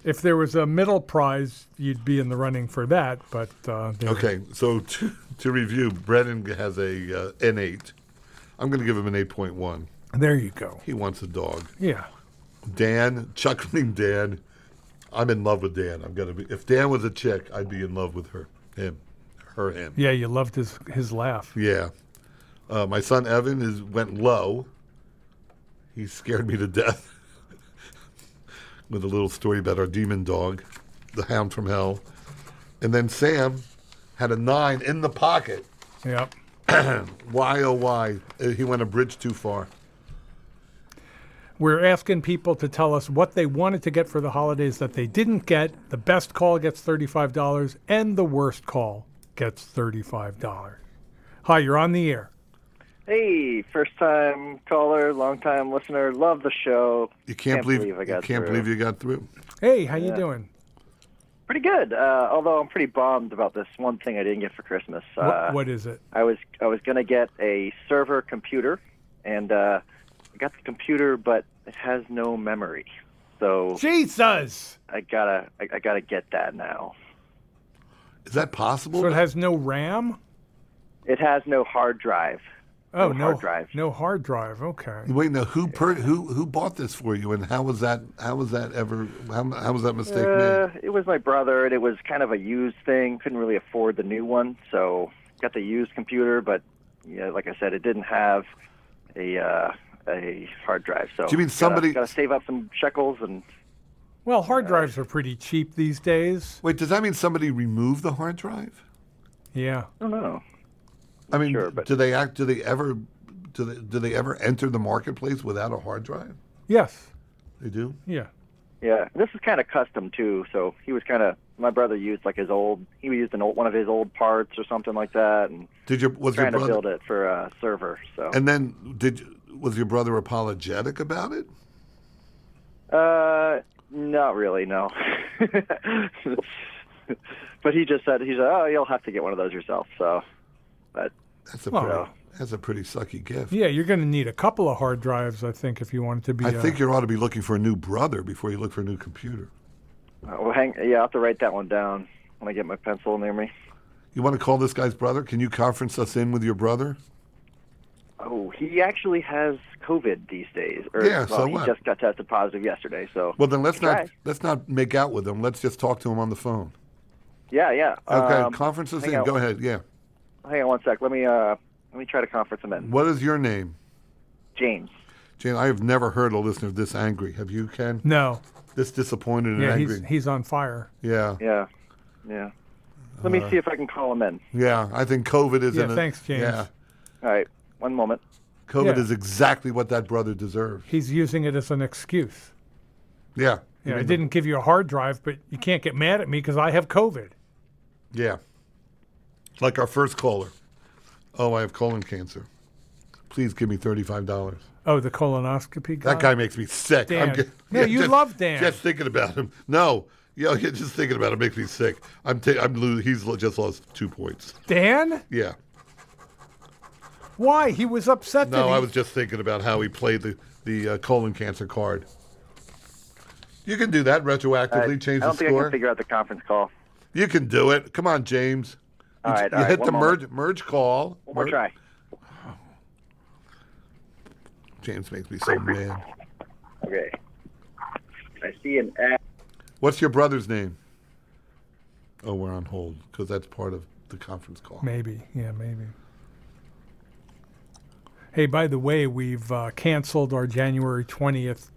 [SPEAKER 1] If there was a middle prize, you'd be in the running for that. But uh, there-
[SPEAKER 2] Okay, so to, to review, Brennan has a uh, an eight. I'm going to give him an eight point one.
[SPEAKER 1] there you go.
[SPEAKER 2] He wants a dog.
[SPEAKER 1] Yeah,
[SPEAKER 2] Dan, chuckling Dan. I'm in love with Dan. I'm gonna be. If Dan was a chick, I'd be in love with her, him, her, him.
[SPEAKER 1] yeah. You loved his his laugh.
[SPEAKER 2] Yeah. Uh, my son Evan is went low. He scared me to death *laughs* with a little story about our demon dog, the hound from hell. And then Sam had a nine in the pocket. *clears throat*
[SPEAKER 1] Yeah.
[SPEAKER 2] Why, oh, why? Uh, He went a bridge too far.
[SPEAKER 1] We're asking people to tell us what they wanted to get for the holidays that they didn't get. The best call gets $35 and the worst call gets $35. Hi, you're on the air.
[SPEAKER 7] Hey, first time caller, long time listener. Love the show.
[SPEAKER 2] You can't,
[SPEAKER 7] Can't believe I
[SPEAKER 2] you
[SPEAKER 7] got
[SPEAKER 2] can't
[SPEAKER 7] through.
[SPEAKER 2] believe you got through.
[SPEAKER 1] Hey, how you doing?
[SPEAKER 7] Pretty good. Uh, although I'm pretty bummed about this one thing I didn't get for Christmas. Uh,
[SPEAKER 1] what, what is it?
[SPEAKER 7] I was I was gonna get a server computer, and uh, I got the computer, but it has no memory. So
[SPEAKER 1] Jesus!
[SPEAKER 7] I gotta I, I gotta get that now.
[SPEAKER 2] Is that possible?
[SPEAKER 1] So it has no RAM?
[SPEAKER 7] It has no hard drive.
[SPEAKER 1] Oh,
[SPEAKER 7] No
[SPEAKER 1] no
[SPEAKER 7] hard drive.
[SPEAKER 1] No hard drive. Okay.
[SPEAKER 2] Wait, now who per, who who bought this for you, and how was that how was that ever how, how was that mistake
[SPEAKER 7] Uh,
[SPEAKER 2] made?
[SPEAKER 7] it was my brother, and it was kind of a used thing. Couldn't really afford the new one, so got the used computer. But yeah, like I said, it didn't have a uh, a hard drive. So
[SPEAKER 2] Do you mean
[SPEAKER 7] gotta-
[SPEAKER 2] somebody-
[SPEAKER 7] gotta save up some shekels and
[SPEAKER 1] Well, hard drives are pretty cheap these days.
[SPEAKER 2] Wait, does that mean somebody removed the hard drive?
[SPEAKER 1] Yeah.
[SPEAKER 7] I don't know.
[SPEAKER 2] I mean,
[SPEAKER 7] Sure, but-
[SPEAKER 2] do they act? Do they ever? Do they, do they ever enter the marketplace without a hard drive?
[SPEAKER 1] Yes.
[SPEAKER 2] They do.
[SPEAKER 1] Yeah.
[SPEAKER 7] Yeah, this is kind of custom too. So he was kind of my brother used like his old he used an old one of his old parts or something like that, and
[SPEAKER 2] Did your was your
[SPEAKER 7] trying to build
[SPEAKER 2] brother?
[SPEAKER 7] it for a server. So
[SPEAKER 2] And then did you- was your brother apologetic about it?
[SPEAKER 7] Uh, not really, no. *laughs* but he just said he said, "Oh, you'll have to get one of those yourself." So, but
[SPEAKER 2] That's a
[SPEAKER 1] Well-
[SPEAKER 2] pretty, that's a pretty sucky gift.
[SPEAKER 1] Yeah, you're going to need a couple of hard drives, I think, if you want it to be.
[SPEAKER 2] I
[SPEAKER 1] uh,
[SPEAKER 2] think you ought to be looking for a new brother before you look for a new computer.
[SPEAKER 7] uh, well, hang. Yeah, I will have to write that one down when I get my pencil near me.
[SPEAKER 2] You want to call this guy's brother? Can you conference us in with your brother?
[SPEAKER 7] Oh, he actually has COVID these days. Or,
[SPEAKER 2] Yeah,
[SPEAKER 7] well,
[SPEAKER 2] so
[SPEAKER 7] he
[SPEAKER 2] what?
[SPEAKER 7] just got tested positive yesterday. So,
[SPEAKER 2] Well, then let's not
[SPEAKER 7] Try.
[SPEAKER 2] let's not make out with him. Let's just talk to him on the phone.
[SPEAKER 7] yeah, yeah.
[SPEAKER 2] Okay,
[SPEAKER 7] Um,
[SPEAKER 2] conference us
[SPEAKER 7] hang
[SPEAKER 2] in.
[SPEAKER 7] on-
[SPEAKER 2] Go ahead. Yeah.
[SPEAKER 7] Hang on one sec. Let me uh, let me try to conference him in.
[SPEAKER 2] What is your name,
[SPEAKER 7] James.
[SPEAKER 2] Jane? I have never heard a listener this angry. Have you, Ken?
[SPEAKER 1] No.
[SPEAKER 2] This disappointed and
[SPEAKER 1] Yeah,
[SPEAKER 2] angry.
[SPEAKER 1] he's, he's on fire.
[SPEAKER 2] Yeah,
[SPEAKER 7] Yeah, yeah. Let
[SPEAKER 2] Uh,
[SPEAKER 7] me see if I can call him in.
[SPEAKER 2] yeah. I think COVID is.
[SPEAKER 1] Yeah,
[SPEAKER 2] in a-
[SPEAKER 1] thanks, James.
[SPEAKER 2] Yeah,
[SPEAKER 7] All right, one moment.
[SPEAKER 2] COVID
[SPEAKER 1] Yeah.
[SPEAKER 2] is exactly what that brother deserved.
[SPEAKER 1] He's using it as an excuse.
[SPEAKER 2] Yeah,
[SPEAKER 1] Yeah,
[SPEAKER 2] You
[SPEAKER 1] I
[SPEAKER 2] mean-
[SPEAKER 1] didn't give you a hard drive, but you can't get mad at me because I have COVID.
[SPEAKER 2] Yeah, like our first caller. Oh, I have colon cancer. Please give me thirty-five dollars.
[SPEAKER 1] Oh, the colonoscopy guy.
[SPEAKER 2] That guy makes me sick.
[SPEAKER 1] Dan.
[SPEAKER 2] get-
[SPEAKER 1] No, you
[SPEAKER 2] just-
[SPEAKER 1] love Dan.
[SPEAKER 2] Just thinking about him. No, yeah, *laughs* yeah, just thinking about him makes me sick. I'm, ta- I'm losing. He's lo- just lost two points.
[SPEAKER 1] Dan?
[SPEAKER 2] Yeah.
[SPEAKER 1] Why? He was upset. that
[SPEAKER 2] No,
[SPEAKER 1] he-
[SPEAKER 2] I was just thinking about how he played the the uh, colon cancer card. You can do that retroactively.
[SPEAKER 7] I,
[SPEAKER 2] change
[SPEAKER 7] Uh, I don't
[SPEAKER 2] the
[SPEAKER 7] think I
[SPEAKER 2] score.
[SPEAKER 7] can figure out the conference call.
[SPEAKER 2] you can do it. Come on, James.
[SPEAKER 7] All
[SPEAKER 2] you
[SPEAKER 7] right,
[SPEAKER 2] you
[SPEAKER 7] all right,
[SPEAKER 2] hit
[SPEAKER 7] one
[SPEAKER 2] the
[SPEAKER 7] moment.
[SPEAKER 2] merge merge call.
[SPEAKER 7] One more
[SPEAKER 2] Mer-
[SPEAKER 7] try.
[SPEAKER 2] James makes me so mad.
[SPEAKER 7] Okay. I see an ad.
[SPEAKER 2] What's your brother's name? Oh, we're on hold because that's part of the conference call.
[SPEAKER 1] Maybe. Yeah, maybe. Hey, by the way, we've uh, canceled our January 20th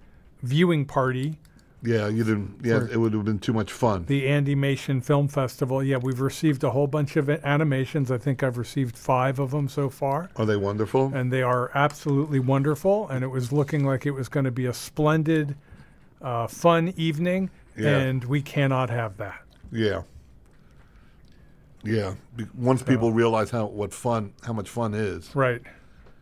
[SPEAKER 1] viewing party,
[SPEAKER 2] Yeah, you didn't. Yeah,
[SPEAKER 1] For-
[SPEAKER 2] it would have been too much fun.
[SPEAKER 1] the Animation Film Festival. Yeah, we've received a whole bunch of animations. I think I've received five of them so far.
[SPEAKER 2] Are they wonderful?
[SPEAKER 1] and they are absolutely wonderful. And it was looking like it was going to be a splendid, uh, fun evening,
[SPEAKER 2] Yeah.
[SPEAKER 1] and we cannot have that.
[SPEAKER 2] Yeah. Yeah. Be- Once people realize how what fun, how much fun is.
[SPEAKER 1] Right.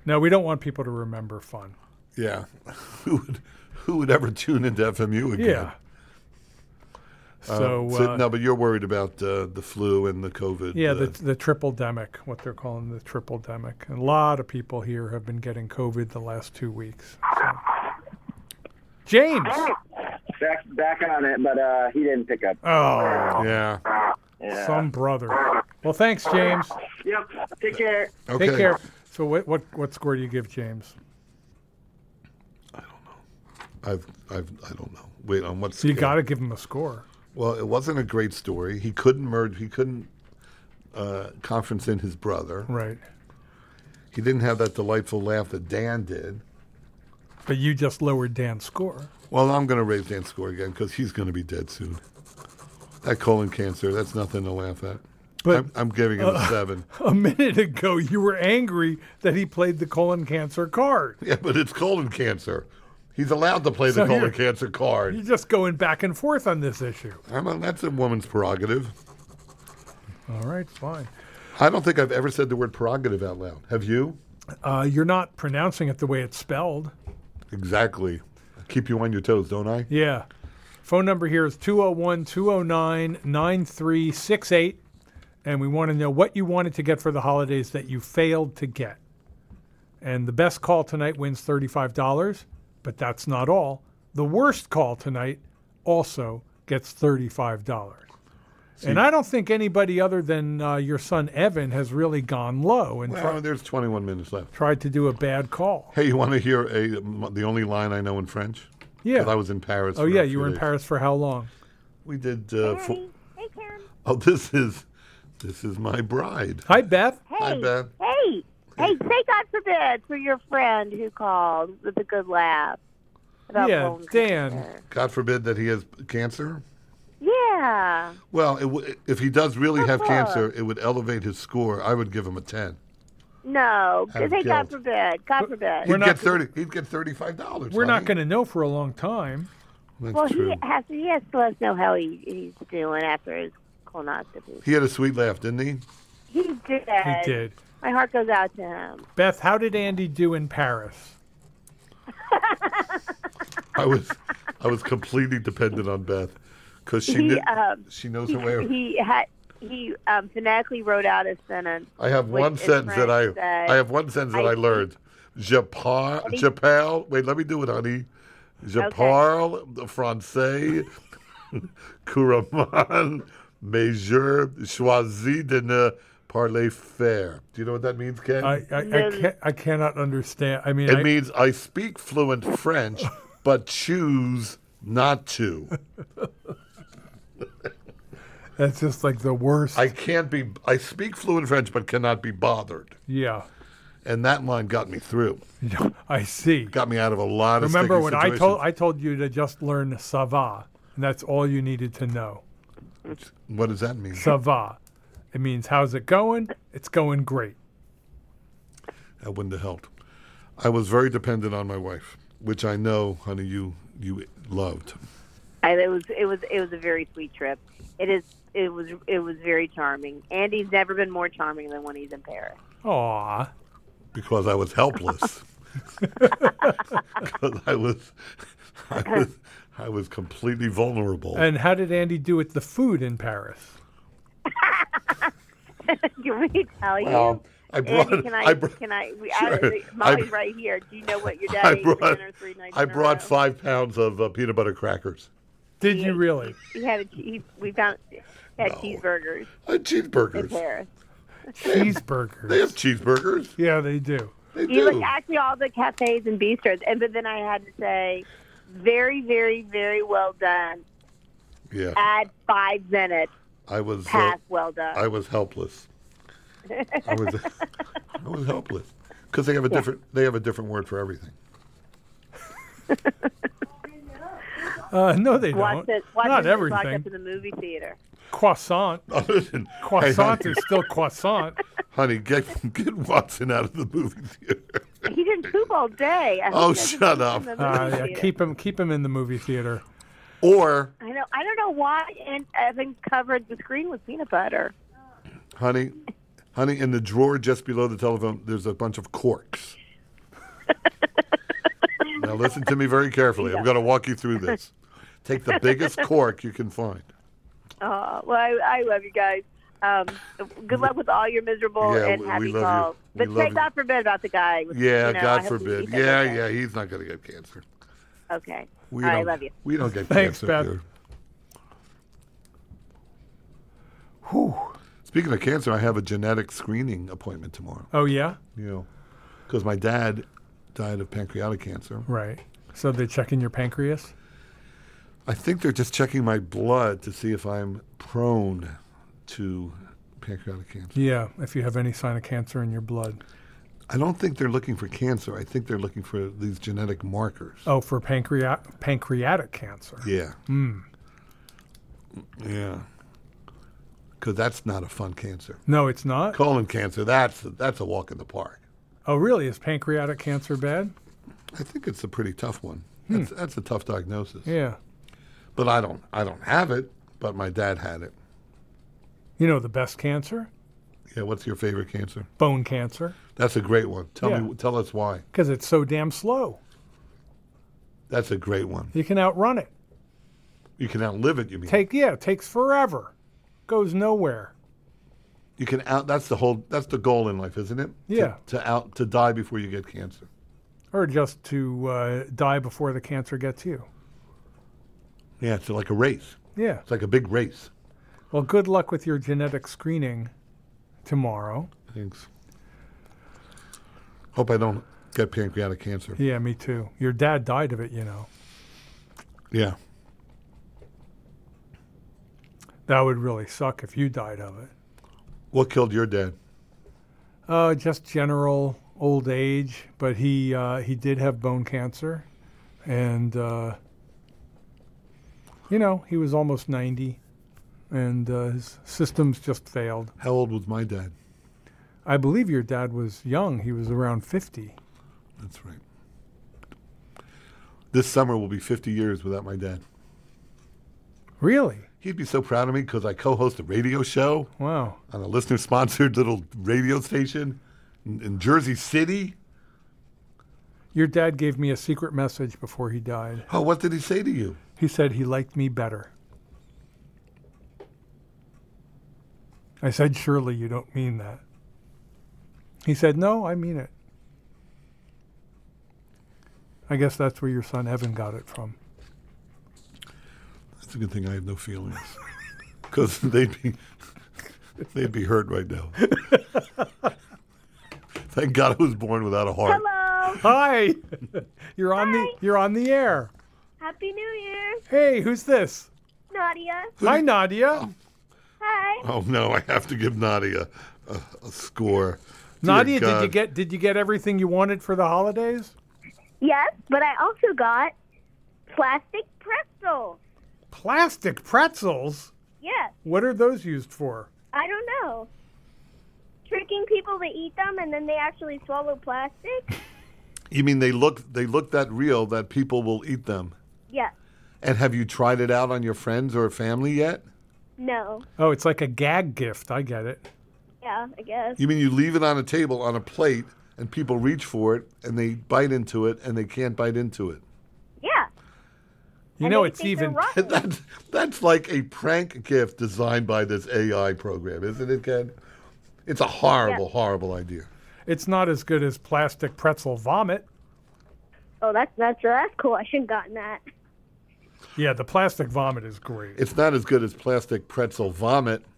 [SPEAKER 1] No, we don't want people to remember fun.
[SPEAKER 2] Yeah. *laughs* who would who would ever tune into FMU again?
[SPEAKER 1] Yeah. So,
[SPEAKER 2] So-
[SPEAKER 1] uh,
[SPEAKER 2] no, but you're worried about uh, the flu and the COVID.
[SPEAKER 1] yeah, the,
[SPEAKER 2] uh,
[SPEAKER 1] the triple demic, what they're calling the triple demic. And a lot of people here have been getting COVID the last two weeks. so. James.
[SPEAKER 7] Back, back on it, but uh, he didn't pick up.
[SPEAKER 1] Oh,
[SPEAKER 2] yeah.
[SPEAKER 7] Yeah.
[SPEAKER 1] some brother. Well, thanks, James.
[SPEAKER 7] Yep. Take care.
[SPEAKER 2] Okay.
[SPEAKER 1] Take care. So, what, what what score do you give James?
[SPEAKER 2] I've I've I don't know. Wait, on what?
[SPEAKER 1] So you
[SPEAKER 2] scale?
[SPEAKER 1] got to give him a score.
[SPEAKER 2] Well, it wasn't a great story. He couldn't merge. He couldn't uh, conference in his brother.
[SPEAKER 1] Right.
[SPEAKER 2] He didn't have that delightful laugh that Dan did.
[SPEAKER 1] But you just lowered Dan's score.
[SPEAKER 2] Well, I'm going to raise Dan's score again because he's going to be dead soon. That colon cancer, that's nothing to laugh at.
[SPEAKER 1] But-
[SPEAKER 2] I'm, I'm giving him
[SPEAKER 1] *laughs*
[SPEAKER 2] a seven.
[SPEAKER 1] Uh, A minute ago, you were angry that he played the colon cancer card.
[SPEAKER 2] Yeah, but it's colon cancer. He's allowed to play the
[SPEAKER 1] So
[SPEAKER 2] colon
[SPEAKER 1] you're-
[SPEAKER 2] cancer card.
[SPEAKER 1] You're just going back and forth on this issue.
[SPEAKER 2] I'm a, that's a woman's prerogative.
[SPEAKER 1] All right, fine.
[SPEAKER 2] I don't think I've ever said the word prerogative out loud. Have you?
[SPEAKER 1] Uh, you're not pronouncing it the way it's spelled.
[SPEAKER 2] Exactly. I keep you on your toes, don't I?
[SPEAKER 1] Yeah. Phone number here is 201 209 9368. And we want to know what you wanted to get for the holidays that you failed to get. And the best call tonight wins $35, but that's not all. The worst call tonight also gets $35. And I don't think anybody other than uh, your son Evan has really gone low and
[SPEAKER 2] Well,
[SPEAKER 1] tri-
[SPEAKER 2] there's 21 minutes left.
[SPEAKER 1] tried to do a bad call.
[SPEAKER 2] Hey, you want to hear a the only line I know in French?
[SPEAKER 1] Yeah.
[SPEAKER 2] 'Cause I was in Paris.
[SPEAKER 1] Oh,
[SPEAKER 2] for a
[SPEAKER 1] yeah.
[SPEAKER 2] few
[SPEAKER 1] You were in
[SPEAKER 2] days.
[SPEAKER 1] Paris for how long?
[SPEAKER 2] We did. Uh, fo-
[SPEAKER 3] Hey, hey, Karen.
[SPEAKER 2] oh, this is this is my bride.
[SPEAKER 1] Hi, Beth.
[SPEAKER 2] Hi,
[SPEAKER 3] Hey,
[SPEAKER 2] Beth.
[SPEAKER 3] hey, hey! Say God forbid for your friend who called with a good laugh. About
[SPEAKER 1] Yeah,
[SPEAKER 3] bone
[SPEAKER 1] Dan.
[SPEAKER 3] cancer.
[SPEAKER 2] God forbid that he has cancer.
[SPEAKER 3] Yeah.
[SPEAKER 2] Well, it w- if he does really have
[SPEAKER 3] Sure.
[SPEAKER 2] cancer, it would elevate his score. I would give him a ten.
[SPEAKER 3] No.
[SPEAKER 2] I'm
[SPEAKER 3] Say God
[SPEAKER 2] guilt.
[SPEAKER 3] forbid. God forbid.
[SPEAKER 2] He'd
[SPEAKER 1] We're not
[SPEAKER 2] get
[SPEAKER 1] g-
[SPEAKER 2] thirty. He'd get thirty-five dollars.
[SPEAKER 1] We're not going to know for a long time.
[SPEAKER 2] That's
[SPEAKER 3] well,
[SPEAKER 2] true.
[SPEAKER 3] he has to. He has to let us know how he, he's doing after his colonoscopy.
[SPEAKER 2] He had a sweet laugh, didn't he?
[SPEAKER 3] He did.
[SPEAKER 1] He did.
[SPEAKER 3] My heart goes out to him.
[SPEAKER 1] Beth, how did Andy do in Paris?
[SPEAKER 2] I was, I was completely dependent on Beth, because she
[SPEAKER 3] He,
[SPEAKER 2] kn-
[SPEAKER 3] um,
[SPEAKER 2] she knows
[SPEAKER 3] He,
[SPEAKER 2] her way. around.
[SPEAKER 3] he had. He um, phonetically wrote out a sentence.
[SPEAKER 2] I have
[SPEAKER 3] which
[SPEAKER 2] one
[SPEAKER 3] is
[SPEAKER 2] sentence that I,
[SPEAKER 3] French that-
[SPEAKER 2] I have one sentence that I,
[SPEAKER 3] I- E
[SPEAKER 2] learned. Je parle, je parle. Wait, let me do it, honey. Je
[SPEAKER 3] Okay.
[SPEAKER 2] parle *laughs* français couramment, mais je choisis de ne parler faire. Do you know what that means, Ken?
[SPEAKER 1] I I, I, can't, I cannot understand. I mean,
[SPEAKER 2] it
[SPEAKER 1] I,
[SPEAKER 2] means I speak fluent
[SPEAKER 1] *laughs*
[SPEAKER 2] French, but choose not to.
[SPEAKER 1] that's just like the worst.
[SPEAKER 2] I can't be. I speak fluent French, but cannot be bothered.
[SPEAKER 1] yeah,
[SPEAKER 2] And that line got me through.
[SPEAKER 1] *laughs* I see.
[SPEAKER 2] Got me out of a lot of.
[SPEAKER 1] Remember
[SPEAKER 2] sticky
[SPEAKER 1] when I
[SPEAKER 2] situations.
[SPEAKER 1] told I told you to just learn ça va, and that's all you needed to know.
[SPEAKER 2] What does that mean? *laughs*
[SPEAKER 1] Ça va. It means how's it going? It's going great.
[SPEAKER 2] That wouldn't have helped. I was very dependent on my wife, which I know, honey, you you loved.
[SPEAKER 3] I, it was it was it was a very sweet trip. It is it was it was very charming. Andy's never been more charming than when he's in Paris. *laughs*
[SPEAKER 1] Aw,
[SPEAKER 2] because I was
[SPEAKER 1] *laughs*
[SPEAKER 2] helpless. Because I was, I was, I was completely vulnerable.
[SPEAKER 1] and how did Andy do with the food in Paris?
[SPEAKER 3] Can we tell you?
[SPEAKER 2] Well, I brought,
[SPEAKER 3] Andy, can I,
[SPEAKER 2] br-
[SPEAKER 3] can I, we,
[SPEAKER 2] Sure.
[SPEAKER 3] I, Molly's
[SPEAKER 2] I-
[SPEAKER 3] right here. Do you know what
[SPEAKER 2] *laughs*
[SPEAKER 3] your
[SPEAKER 2] I
[SPEAKER 3] dad ate for
[SPEAKER 2] brought,
[SPEAKER 3] dinner three nights
[SPEAKER 2] I
[SPEAKER 3] in a
[SPEAKER 2] brought
[SPEAKER 3] row?
[SPEAKER 2] five pounds of uh, peanut butter crackers,
[SPEAKER 1] Did you really?
[SPEAKER 3] He had a, che- he, we found he had
[SPEAKER 2] No.
[SPEAKER 3] cheeseburgers
[SPEAKER 2] uh,
[SPEAKER 3] in
[SPEAKER 2] cheeseburgers.
[SPEAKER 3] Paris.
[SPEAKER 1] Cheeseburgers.
[SPEAKER 2] They have cheeseburgers.
[SPEAKER 1] Yeah, they do.
[SPEAKER 2] They
[SPEAKER 3] you
[SPEAKER 2] do.
[SPEAKER 3] look actually all the cafes and bistros, and but then I had to say, very, very, very well done.
[SPEAKER 2] Yeah,
[SPEAKER 3] Add fives in it.
[SPEAKER 2] I was. Uh,
[SPEAKER 3] Pass. Well done.
[SPEAKER 2] I was helpless. I was. *laughs*
[SPEAKER 3] *laughs*
[SPEAKER 2] I was helpless because they have a different. They have a different word for everything.
[SPEAKER 1] Uh, no, they
[SPEAKER 3] Watch
[SPEAKER 1] don't.
[SPEAKER 3] it. Watch
[SPEAKER 1] Not
[SPEAKER 3] it Locked
[SPEAKER 1] everything.
[SPEAKER 3] up in the movie theater.
[SPEAKER 1] Croissant.
[SPEAKER 2] *laughs* Other than, hey,
[SPEAKER 1] Croissant
[SPEAKER 2] honey,
[SPEAKER 1] is still croissant.
[SPEAKER 2] *laughs* honey, get get Watson out of the movie theater.
[SPEAKER 3] He didn't poop all day. I hope *laughs*
[SPEAKER 2] Oh,
[SPEAKER 3] he doesn't
[SPEAKER 2] shut
[SPEAKER 3] poop
[SPEAKER 2] up.
[SPEAKER 3] in the movie
[SPEAKER 1] Uh, yeah,
[SPEAKER 3] theater.
[SPEAKER 1] keep him keep him in the movie theater.
[SPEAKER 2] Or,
[SPEAKER 3] I know. I don't know why and Evan covered the screen with peanut butter.
[SPEAKER 2] honey, honey, in the drawer just below the telephone, there's a bunch of
[SPEAKER 3] *laughs*
[SPEAKER 2] corks. now listen to me very carefully. I'm going to walk you through this. Take the
[SPEAKER 3] *laughs*
[SPEAKER 2] biggest cork you can find.
[SPEAKER 3] Oh, well, I, I love you guys. Um, good luck with all your miserable
[SPEAKER 2] Yeah,
[SPEAKER 3] and
[SPEAKER 2] we-
[SPEAKER 3] happy
[SPEAKER 2] we love you.
[SPEAKER 3] calls.
[SPEAKER 2] We
[SPEAKER 3] But
[SPEAKER 2] love
[SPEAKER 3] thank
[SPEAKER 2] you.
[SPEAKER 3] God forbid about the guy. with-
[SPEAKER 2] Yeah,
[SPEAKER 3] you know, I
[SPEAKER 2] God
[SPEAKER 3] hope he
[SPEAKER 2] forbid.
[SPEAKER 3] eats
[SPEAKER 2] Yeah,
[SPEAKER 3] everything.
[SPEAKER 2] yeah, he's not going to get cancer.
[SPEAKER 3] Okay.
[SPEAKER 2] We
[SPEAKER 3] all
[SPEAKER 2] don't,
[SPEAKER 3] right, love you.
[SPEAKER 2] We don't get
[SPEAKER 1] Thanks,
[SPEAKER 2] cancer.
[SPEAKER 1] Beth.
[SPEAKER 2] here. Whew. Speaking of cancer, I have a genetic screening appointment tomorrow.
[SPEAKER 1] Oh yeah,
[SPEAKER 2] You know, because my dad died of pancreatic cancer.
[SPEAKER 1] right. So they're checking your pancreas.
[SPEAKER 2] I think they're just checking my blood to see if I'm prone to pancreatic cancer.
[SPEAKER 1] Yeah, if you have any sign of cancer in your blood.
[SPEAKER 2] I don't think they're looking for cancer. I think they're looking for these genetic markers.
[SPEAKER 1] Oh, for pancreatic pancreatic cancer. Hmm.
[SPEAKER 2] Yeah. Yeah. Because that's not a fun cancer.
[SPEAKER 1] No, it's not.
[SPEAKER 2] Colon cancer, that's that's a walk in the park.
[SPEAKER 1] Oh, really? Is pancreatic cancer bad?
[SPEAKER 2] I think it's a pretty tough one. That's, that's a tough diagnosis.
[SPEAKER 1] Hmm. Yeah.
[SPEAKER 2] But I don't I don't have it, but my dad had it.
[SPEAKER 1] You know the best cancer?
[SPEAKER 2] Yeah, what's your favorite cancer?
[SPEAKER 1] Bone cancer,
[SPEAKER 2] That's a great one. Tell
[SPEAKER 1] Yeah.
[SPEAKER 2] me tell us why.
[SPEAKER 1] because it's so damn slow.
[SPEAKER 2] That's a great one.
[SPEAKER 1] You can outrun it.
[SPEAKER 2] You can outlive it, you mean?
[SPEAKER 1] Take yeah, it takes forever. Goes nowhere.
[SPEAKER 2] you can out that's the whole that's the goal in life isn't it To-
[SPEAKER 1] Yeah.
[SPEAKER 2] to, out to die before you get cancer
[SPEAKER 1] Or just to uh, die before the cancer gets you.
[SPEAKER 2] yeah it's like a race
[SPEAKER 1] Yeah.
[SPEAKER 2] it's like a big race
[SPEAKER 1] Well, good luck with your genetic screening tomorrow.
[SPEAKER 2] thanks hope i don't get pancreatic cancer
[SPEAKER 1] Yeah, me too. Your dad died of it, you know.
[SPEAKER 2] yeah
[SPEAKER 1] That would really suck if you died of it.
[SPEAKER 2] what killed your dad
[SPEAKER 1] Uh, just general old age, but he uh, he did have bone cancer, and uh, you know he was almost ninety, and uh, his systems just failed.
[SPEAKER 2] how old was my dad
[SPEAKER 1] I believe your dad was young; he was around fifty.
[SPEAKER 2] that's right this summer will be 50 years without my dad
[SPEAKER 1] Really?
[SPEAKER 2] he'd be so proud of me because i co-host a radio show
[SPEAKER 1] Wow.
[SPEAKER 2] on a listener sponsored *laughs* little radio station in, in jersey city
[SPEAKER 1] Your dad gave me a secret message before he died.
[SPEAKER 2] oh what did he say to you
[SPEAKER 1] He said he liked me better. I said, "Surely you don't mean that." He said, "No, I mean it." I guess that's where your son Evan got it from.
[SPEAKER 2] It's a good thing I have no feelings, *laughs* because they'd be they'd be hurt right now. *laughs* Thank God I was born without a heart.
[SPEAKER 3] Hello.
[SPEAKER 1] Hi, *laughs* you're on the you're on the air.
[SPEAKER 3] Happy New Year,
[SPEAKER 1] Hey, who's this?
[SPEAKER 3] Nadia.
[SPEAKER 1] Hi, Nadia.
[SPEAKER 3] Hi.
[SPEAKER 2] Oh no, I have to give Nadia a, a score. Dear
[SPEAKER 1] Nadia, did you
[SPEAKER 2] God.
[SPEAKER 1] get did you get everything you wanted for the holidays?
[SPEAKER 3] Yes, but I also got plastic pretzels.
[SPEAKER 1] Plastic pretzels.
[SPEAKER 8] Yes,
[SPEAKER 1] What are those used for?
[SPEAKER 8] I don't know. Tricking people to eat them and then they actually swallow plastic?
[SPEAKER 2] You mean they look they look that real that people will eat them?
[SPEAKER 8] Yes.
[SPEAKER 2] And have you tried it out on your friends or family yet?
[SPEAKER 8] No.
[SPEAKER 1] Oh, it's like a gag gift. I get it.
[SPEAKER 8] Yeah, I guess.
[SPEAKER 2] You mean you leave it on a table on a plate and people reach for it and they bite into it and they can't bite into it?
[SPEAKER 8] Yeah.
[SPEAKER 1] You
[SPEAKER 8] And
[SPEAKER 1] know,
[SPEAKER 8] they
[SPEAKER 1] it's
[SPEAKER 8] think they're
[SPEAKER 1] even
[SPEAKER 2] *laughs*
[SPEAKER 8] rotten.
[SPEAKER 2] That's that's like a prank gift designed by this AI program, isn't it, Ken? It's a horrible, horrible idea.
[SPEAKER 1] it's not as good as plastic pretzel vomit.
[SPEAKER 8] Oh, that's that's that's cool. I shouldn't gotten that.
[SPEAKER 1] Yeah, the plastic vomit is great.
[SPEAKER 2] It's not as good as plastic pretzel vomit. *laughs*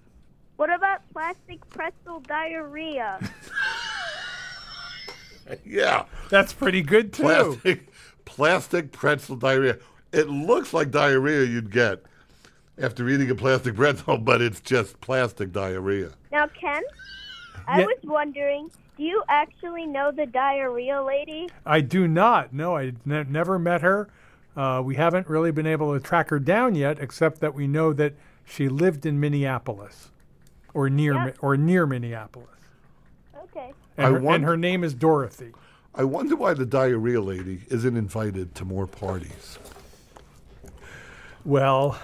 [SPEAKER 8] What about plastic pretzel diarrhea?
[SPEAKER 2] yeah.
[SPEAKER 1] That's pretty good too.
[SPEAKER 2] Plastic, plastic pretzel diarrhea. It looks like diarrhea you'd get after eating a plastic pretzel, *laughs* but it's just plastic diarrhea.
[SPEAKER 8] Now, Ken, I
[SPEAKER 1] Yeah.
[SPEAKER 8] was wondering, do you actually know the diarrhea lady?
[SPEAKER 1] I do not. No, I ne- never met her. Uh, we haven't really been able to track her down yet, except that we know that she lived in Minneapolis, or near Mi- or near Minneapolis.
[SPEAKER 8] Okay.
[SPEAKER 1] And,
[SPEAKER 2] I
[SPEAKER 1] her,
[SPEAKER 2] won-
[SPEAKER 1] and her name is Dorothy.
[SPEAKER 2] I wonder why the diarrhea lady isn't invited to more parties.
[SPEAKER 1] Well,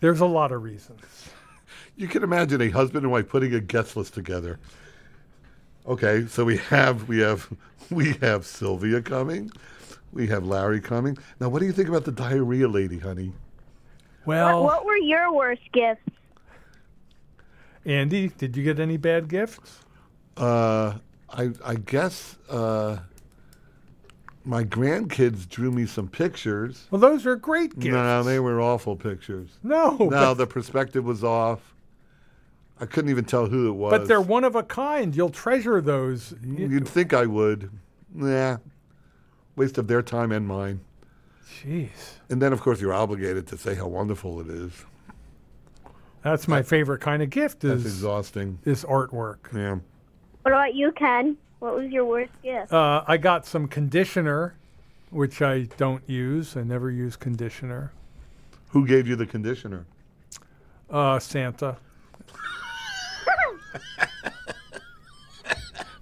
[SPEAKER 1] there's a lot of reasons.
[SPEAKER 2] You can imagine a husband and wife putting a guest list together. Okay, so we have we have *laughs* we have Sylvia coming, we have Larry coming. Now, what do you think about the diarrhea lady, honey?
[SPEAKER 1] Well,
[SPEAKER 8] What were your worst gifts?
[SPEAKER 1] Andy, did you get any bad gifts?
[SPEAKER 2] Uh, I I guess uh, my grandkids drew me some pictures.
[SPEAKER 1] Well, those are great gifts.
[SPEAKER 2] No, they were awful pictures.
[SPEAKER 1] No,
[SPEAKER 2] No,
[SPEAKER 1] but,
[SPEAKER 2] the perspective was off. I couldn't even tell who it was.
[SPEAKER 1] but they're one of a kind. You'll treasure those.
[SPEAKER 2] You'd think I would. Nah. Waste of their time and mine.
[SPEAKER 1] Jeez,
[SPEAKER 2] And then, of course, you're obligated to say how wonderful it is.
[SPEAKER 1] that's my favorite kind of gift
[SPEAKER 2] That's
[SPEAKER 1] is
[SPEAKER 2] exhausting.
[SPEAKER 1] is artwork.
[SPEAKER 2] Yeah.
[SPEAKER 8] What about you, Ken? What was your worst gift?
[SPEAKER 1] Uh, I got some conditioner, which I don't use. I never use conditioner.
[SPEAKER 2] Who gave you the conditioner?
[SPEAKER 1] Uh, Santa.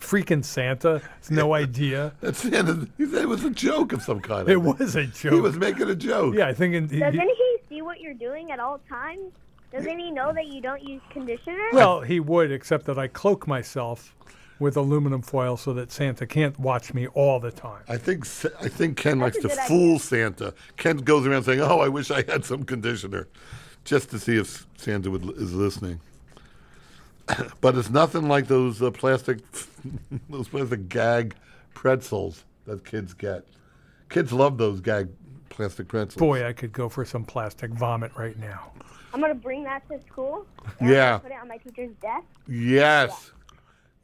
[SPEAKER 1] Freaking Santa.
[SPEAKER 2] *laughs*
[SPEAKER 1] It's no idea.
[SPEAKER 2] That's the end of he said it was a joke of some kind. I
[SPEAKER 1] It
[SPEAKER 2] think.
[SPEAKER 1] was a
[SPEAKER 2] *laughs* He
[SPEAKER 1] joke.
[SPEAKER 2] was making a joke.
[SPEAKER 1] yeah, I think. In, he-
[SPEAKER 8] Doesn't he see what you're doing at all times? Doesn't he know that you don't use conditioner?
[SPEAKER 1] well, he would, except that I cloak myself with aluminum foil so that Santa can't watch me all the time.
[SPEAKER 2] I think Sa- I think Ken
[SPEAKER 8] That's
[SPEAKER 2] likes
[SPEAKER 8] a
[SPEAKER 2] to
[SPEAKER 8] good
[SPEAKER 2] fool Santa. Ken goes around saying, "Oh, I wish I had some conditioner," just to see if Santa would, is listening. *coughs* but it's nothing like those uh, plastic *laughs* those plastic gag pretzels that kids get. Kids love those gag plastic pretzels.
[SPEAKER 1] Boy, I could go for some plastic vomit right now.
[SPEAKER 8] I'm gonna bring that to school. and
[SPEAKER 2] Yeah.
[SPEAKER 8] Put it on my teacher's desk.
[SPEAKER 2] Yes.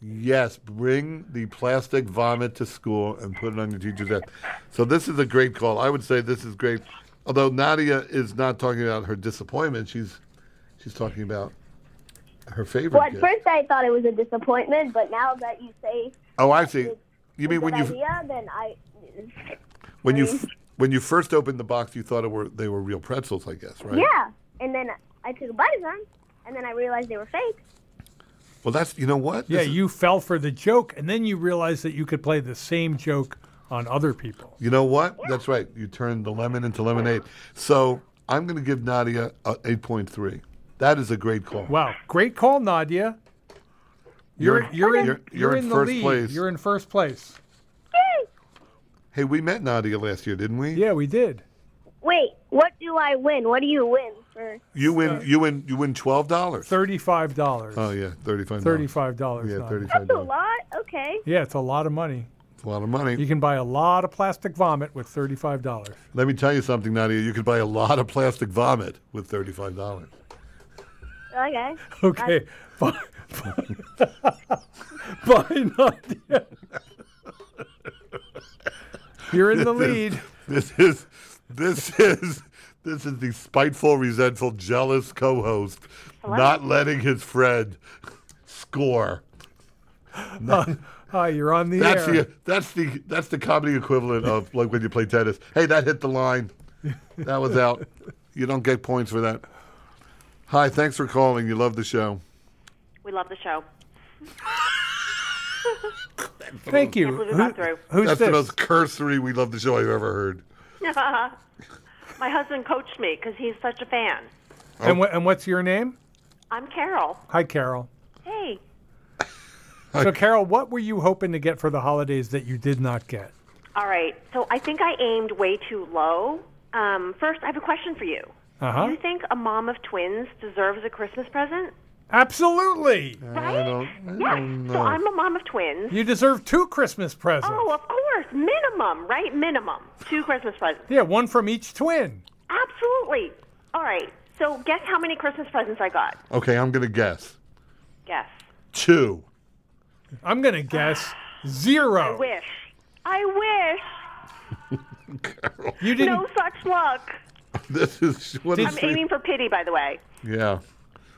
[SPEAKER 2] Yes, bring the plastic vomit to school and put it on your teacher's desk. So this is a great call. I would say this is great. Although Nadia is not talking about her disappointment, she's she's talking about her favorite.
[SPEAKER 8] Well, at
[SPEAKER 2] gift.
[SPEAKER 8] first I thought it was a disappointment, but now that you say
[SPEAKER 2] oh, I see. You
[SPEAKER 8] it's a
[SPEAKER 2] mean when
[SPEAKER 8] good
[SPEAKER 2] you
[SPEAKER 8] idea, then I.
[SPEAKER 2] when you f- when you first opened the box, you thought it were they were real pretzels, I guess, right?
[SPEAKER 8] Yeah, and then I took a bite of them, and then I realized they were fake.
[SPEAKER 2] Well, that's you know what.
[SPEAKER 1] Yeah,
[SPEAKER 2] This is-
[SPEAKER 1] you fell for the joke, and then you realized that you could play the same joke on other people.
[SPEAKER 2] You know what? That's right. You turned the lemon into lemonade. So I'm going to give Nadia a 8.3. That is a great call.
[SPEAKER 1] Wow, great call, Nadia. You're
[SPEAKER 2] You're-
[SPEAKER 1] you're in
[SPEAKER 2] you're-
[SPEAKER 1] you're,
[SPEAKER 2] you're
[SPEAKER 1] in,
[SPEAKER 2] in
[SPEAKER 1] the
[SPEAKER 2] first
[SPEAKER 1] lead.
[SPEAKER 2] place.
[SPEAKER 1] You're in first place.
[SPEAKER 2] Hey, we met Nadia last year, didn't we?
[SPEAKER 1] Yeah, we did.
[SPEAKER 8] Wait, what do I win? What do you win for?
[SPEAKER 2] You win. You win. You win twelve dollars.
[SPEAKER 1] Thirty-five dollars.
[SPEAKER 2] Oh yeah, thirty-five.
[SPEAKER 1] Thirty-five dollars.
[SPEAKER 2] Yeah, thirty-five
[SPEAKER 8] That's a
[SPEAKER 2] dollars.
[SPEAKER 8] lot. Okay.
[SPEAKER 1] Yeah, it's a lot of money.
[SPEAKER 2] It's a lot of
[SPEAKER 1] You
[SPEAKER 2] money.
[SPEAKER 1] can buy a lot of plastic vomit with thirty-five
[SPEAKER 2] *laughs*
[SPEAKER 1] dollars.
[SPEAKER 2] Let me tell you something, Nadia. You could buy a lot of plastic vomit with thirty-five dollars.
[SPEAKER 8] Okay.
[SPEAKER 1] Okay. Bye, *laughs* bye, Nadia. You're in the lead.
[SPEAKER 2] This is. This is. This is the spiteful, resentful, jealous co-host, not letting his friend
[SPEAKER 1] *laughs*
[SPEAKER 2] score.
[SPEAKER 1] Uh, Hi, you're on the
[SPEAKER 2] That's
[SPEAKER 1] air.
[SPEAKER 2] the that's the that's the comedy equivalent of like when you play tennis. Hey, that hit the line. That was out. You don't get points for that. Hi, thanks for calling. You love the show.
[SPEAKER 9] We love the
[SPEAKER 2] *laughs*
[SPEAKER 9] show.
[SPEAKER 1] Thank you.
[SPEAKER 9] believe we got through.
[SPEAKER 1] who's
[SPEAKER 2] That's
[SPEAKER 1] this?
[SPEAKER 2] the most cursory we love the show I've ever heard.
[SPEAKER 9] *laughs* My husband coached me because he's such a fan.
[SPEAKER 1] and, wha- and what's your name?
[SPEAKER 9] I'm Carol.
[SPEAKER 1] Hi, Carol.
[SPEAKER 9] Hey,
[SPEAKER 1] So, Carol, what were you hoping to get for the holidays that you did not get?
[SPEAKER 9] all right. So I think I aimed way too low. Um, first, I have a question for you.
[SPEAKER 1] Uh huh.
[SPEAKER 9] Do you think a mom of twins deserves a Christmas present?
[SPEAKER 1] Absolutely.
[SPEAKER 2] I don't, I
[SPEAKER 9] Yes.
[SPEAKER 2] don't
[SPEAKER 9] So
[SPEAKER 2] know.
[SPEAKER 9] I'm a mom of twins.
[SPEAKER 1] You deserve two Christmas presents.
[SPEAKER 9] Oh, of course, minimum, right? Minimum two Christmas presents.
[SPEAKER 1] Yeah, one from each twin.
[SPEAKER 9] Absolutely. All right. So guess how many Christmas presents I got?
[SPEAKER 2] okay, I'm gonna guess
[SPEAKER 9] Guess.
[SPEAKER 2] two. *laughs*
[SPEAKER 1] I'm going to guess
[SPEAKER 9] I
[SPEAKER 1] Zero.
[SPEAKER 9] wish. I
[SPEAKER 1] You
[SPEAKER 9] wish.
[SPEAKER 1] didn't.
[SPEAKER 9] No such luck.
[SPEAKER 2] This is what
[SPEAKER 1] Did-
[SPEAKER 2] is
[SPEAKER 9] I'm
[SPEAKER 2] she-
[SPEAKER 9] aiming for pity, by the way.
[SPEAKER 2] yeah.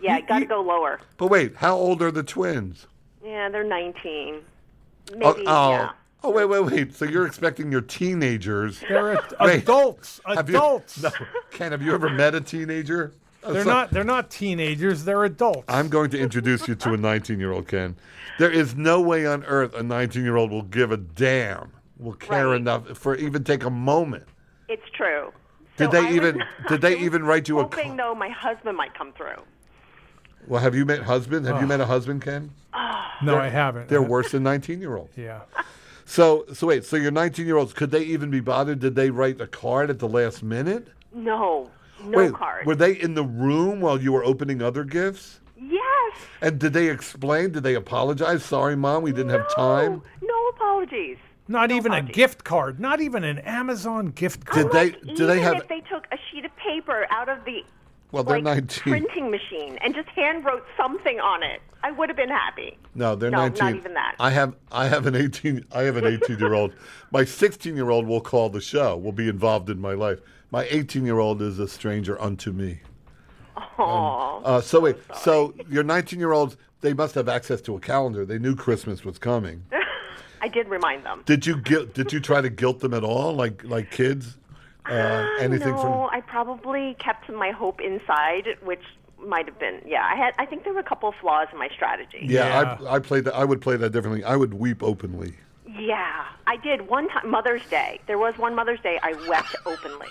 [SPEAKER 9] Yeah, got to
[SPEAKER 1] you-
[SPEAKER 9] go lower.
[SPEAKER 2] But wait, how old are the twins?
[SPEAKER 9] Yeah, they're 19. Maybe.
[SPEAKER 2] Oh, oh,
[SPEAKER 9] yeah.
[SPEAKER 2] oh, wait, wait, wait. So you're expecting your teenagers?
[SPEAKER 1] They're ad-
[SPEAKER 2] Wait.
[SPEAKER 1] adults.
[SPEAKER 2] Have you-
[SPEAKER 1] Adults.
[SPEAKER 2] No, Ken, have you ever met a teenager? Oh,
[SPEAKER 1] They're
[SPEAKER 2] so-
[SPEAKER 1] not. They're not teenagers. They're adults.
[SPEAKER 2] I'm going to introduce you to a 19 year old, Ken. There is no way on earth a 19 year old will give a damn, will care
[SPEAKER 9] Right.
[SPEAKER 2] enough for even take a moment.
[SPEAKER 9] *laughs* It's true.
[SPEAKER 2] Did
[SPEAKER 9] So
[SPEAKER 2] they
[SPEAKER 9] I
[SPEAKER 2] even-
[SPEAKER 9] *laughs* was-
[SPEAKER 2] did they
[SPEAKER 9] I was
[SPEAKER 2] even write you a
[SPEAKER 9] Hoping
[SPEAKER 2] co-
[SPEAKER 9] though, my husband might come through.
[SPEAKER 2] Well, have you met husband? Have you met a husband, Ken?
[SPEAKER 1] no, I haven't.
[SPEAKER 2] They're worse than 19 year olds.
[SPEAKER 1] Yeah.
[SPEAKER 2] So, so wait, so your 19 year olds, could they even be bothered? Did they write a card at the last minute?
[SPEAKER 9] No, no
[SPEAKER 2] wait,
[SPEAKER 9] card.
[SPEAKER 2] Were they in the room while you were opening other gifts?
[SPEAKER 9] yes.
[SPEAKER 2] And did they explain? Did they apologize? Sorry, mom, we didn't have
[SPEAKER 9] No,
[SPEAKER 2] time.
[SPEAKER 9] No apologies.
[SPEAKER 1] Not even a
[SPEAKER 9] apologies.
[SPEAKER 1] gift card. Not even an Amazon gift
[SPEAKER 2] Did
[SPEAKER 1] card.
[SPEAKER 2] they?
[SPEAKER 9] Like,
[SPEAKER 2] Did they
[SPEAKER 9] even
[SPEAKER 2] have?
[SPEAKER 9] If they took a sheet of paper out of the
[SPEAKER 2] well, they're
[SPEAKER 9] like
[SPEAKER 2] 19.
[SPEAKER 9] printing machine and just hand wrote something on it, I would have been happy.
[SPEAKER 2] No, they're
[SPEAKER 9] No, not
[SPEAKER 2] 19.
[SPEAKER 9] even that.
[SPEAKER 2] I have I have an 18 I have an 18 year
[SPEAKER 9] *laughs*
[SPEAKER 2] old. My 16 year old will call the show. Will be involved in my life. My 18 year old is a stranger unto me.
[SPEAKER 9] Aww.
[SPEAKER 2] Uh, so wait, so your 19 year olds they must have access to a calendar. They knew Christmas was coming.
[SPEAKER 9] I did remind them.
[SPEAKER 2] Did you guilt, Did you try to guilt them at all, like like kids?
[SPEAKER 9] *gasps*
[SPEAKER 2] Uh, anything
[SPEAKER 9] no,
[SPEAKER 2] from
[SPEAKER 9] I probably kept my hope inside, which might have been yeah. I had I think there were a couple of flaws in my strategy.
[SPEAKER 2] yeah, I, I played that. I would play that differently. I would weep openly.
[SPEAKER 9] Yeah, I did one time Mother's Day. There was one Mother's Day I wept *laughs* openly.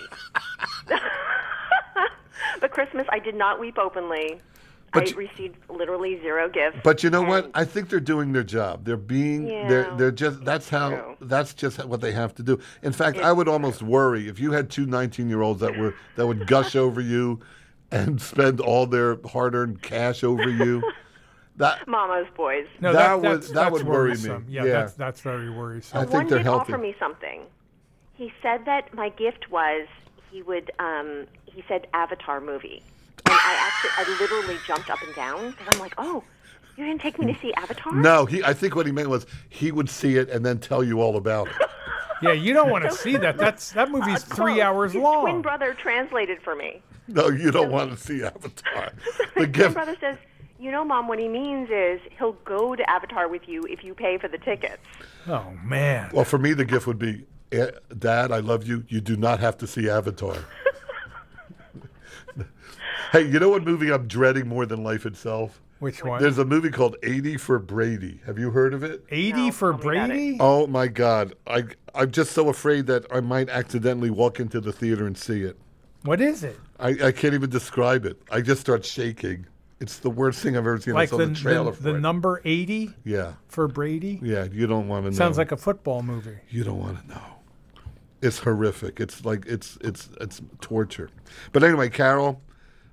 [SPEAKER 9] but Christmas I did not weep openly.
[SPEAKER 2] But
[SPEAKER 9] I
[SPEAKER 2] you-
[SPEAKER 9] received literally zero gifts.
[SPEAKER 2] But you know what?
[SPEAKER 9] and-
[SPEAKER 2] I think they're doing their job. They're being they're
[SPEAKER 9] Yeah,
[SPEAKER 2] they're just that's how
[SPEAKER 9] true.
[SPEAKER 2] that's just what they have to do. In fact, I would almost worry if you had two 19-year-olds that were that would gush over you and spend all their hard-earned cash over you. That
[SPEAKER 9] Mama's boys.
[SPEAKER 1] No,
[SPEAKER 2] That would-
[SPEAKER 1] that's,
[SPEAKER 2] that
[SPEAKER 1] that's
[SPEAKER 2] would worry me.
[SPEAKER 1] worrisome. Yeah,
[SPEAKER 2] Yeah.
[SPEAKER 1] that's that's very worrisome.
[SPEAKER 2] I think
[SPEAKER 9] one
[SPEAKER 2] they're
[SPEAKER 9] did
[SPEAKER 2] healthy.
[SPEAKER 9] offer me something. He said that my gift was he would um, he said Avatar movie, and I actually I literally jumped up and down because I'm like, oh, you're gonna take me to see Avatar? Uh,
[SPEAKER 2] No, he I think what he meant was he would see it and then tell you all about it.
[SPEAKER 1] Yeah, you don't want to see that. That's that movie's three
[SPEAKER 9] Well,
[SPEAKER 1] hours
[SPEAKER 9] his
[SPEAKER 1] long.
[SPEAKER 9] Twin brother translated for me.
[SPEAKER 2] No, you don't want to see Avatar.
[SPEAKER 9] *laughs*
[SPEAKER 2] The
[SPEAKER 9] Twin
[SPEAKER 2] gift
[SPEAKER 9] brother says. You know, Mom, what he means is he'll go to Avatar with you if you pay for the tickets.
[SPEAKER 1] Oh man.
[SPEAKER 2] Well, for me the gift would be "Eh, Dad, I love you. You do not have to see Avatar. *laughs* hey, you know what movie I'm dreading more than life itself?
[SPEAKER 1] Which one?
[SPEAKER 2] There's a movie called 80 for Brady. Have you heard of it?
[SPEAKER 1] 80
[SPEAKER 9] No,
[SPEAKER 1] for
[SPEAKER 9] tell me about it.
[SPEAKER 1] Brady?
[SPEAKER 2] Oh my God. I, I'm just so afraid that I might accidentally walk into the theater and see it.
[SPEAKER 1] What is it?
[SPEAKER 2] I, I can't even describe it. I just start shaking. It's the worst thing I've ever seen.
[SPEAKER 1] Like
[SPEAKER 2] I saw
[SPEAKER 1] the,
[SPEAKER 2] the, trailer
[SPEAKER 1] the,
[SPEAKER 2] for
[SPEAKER 1] the
[SPEAKER 2] it.
[SPEAKER 1] number 80
[SPEAKER 2] yeah.
[SPEAKER 1] for Brady?
[SPEAKER 2] Yeah. You don't want to know.
[SPEAKER 1] Sounds like a football movie.
[SPEAKER 2] You don't want to know. It's horrific. It's like it's it's it's torture. But anyway, Carol,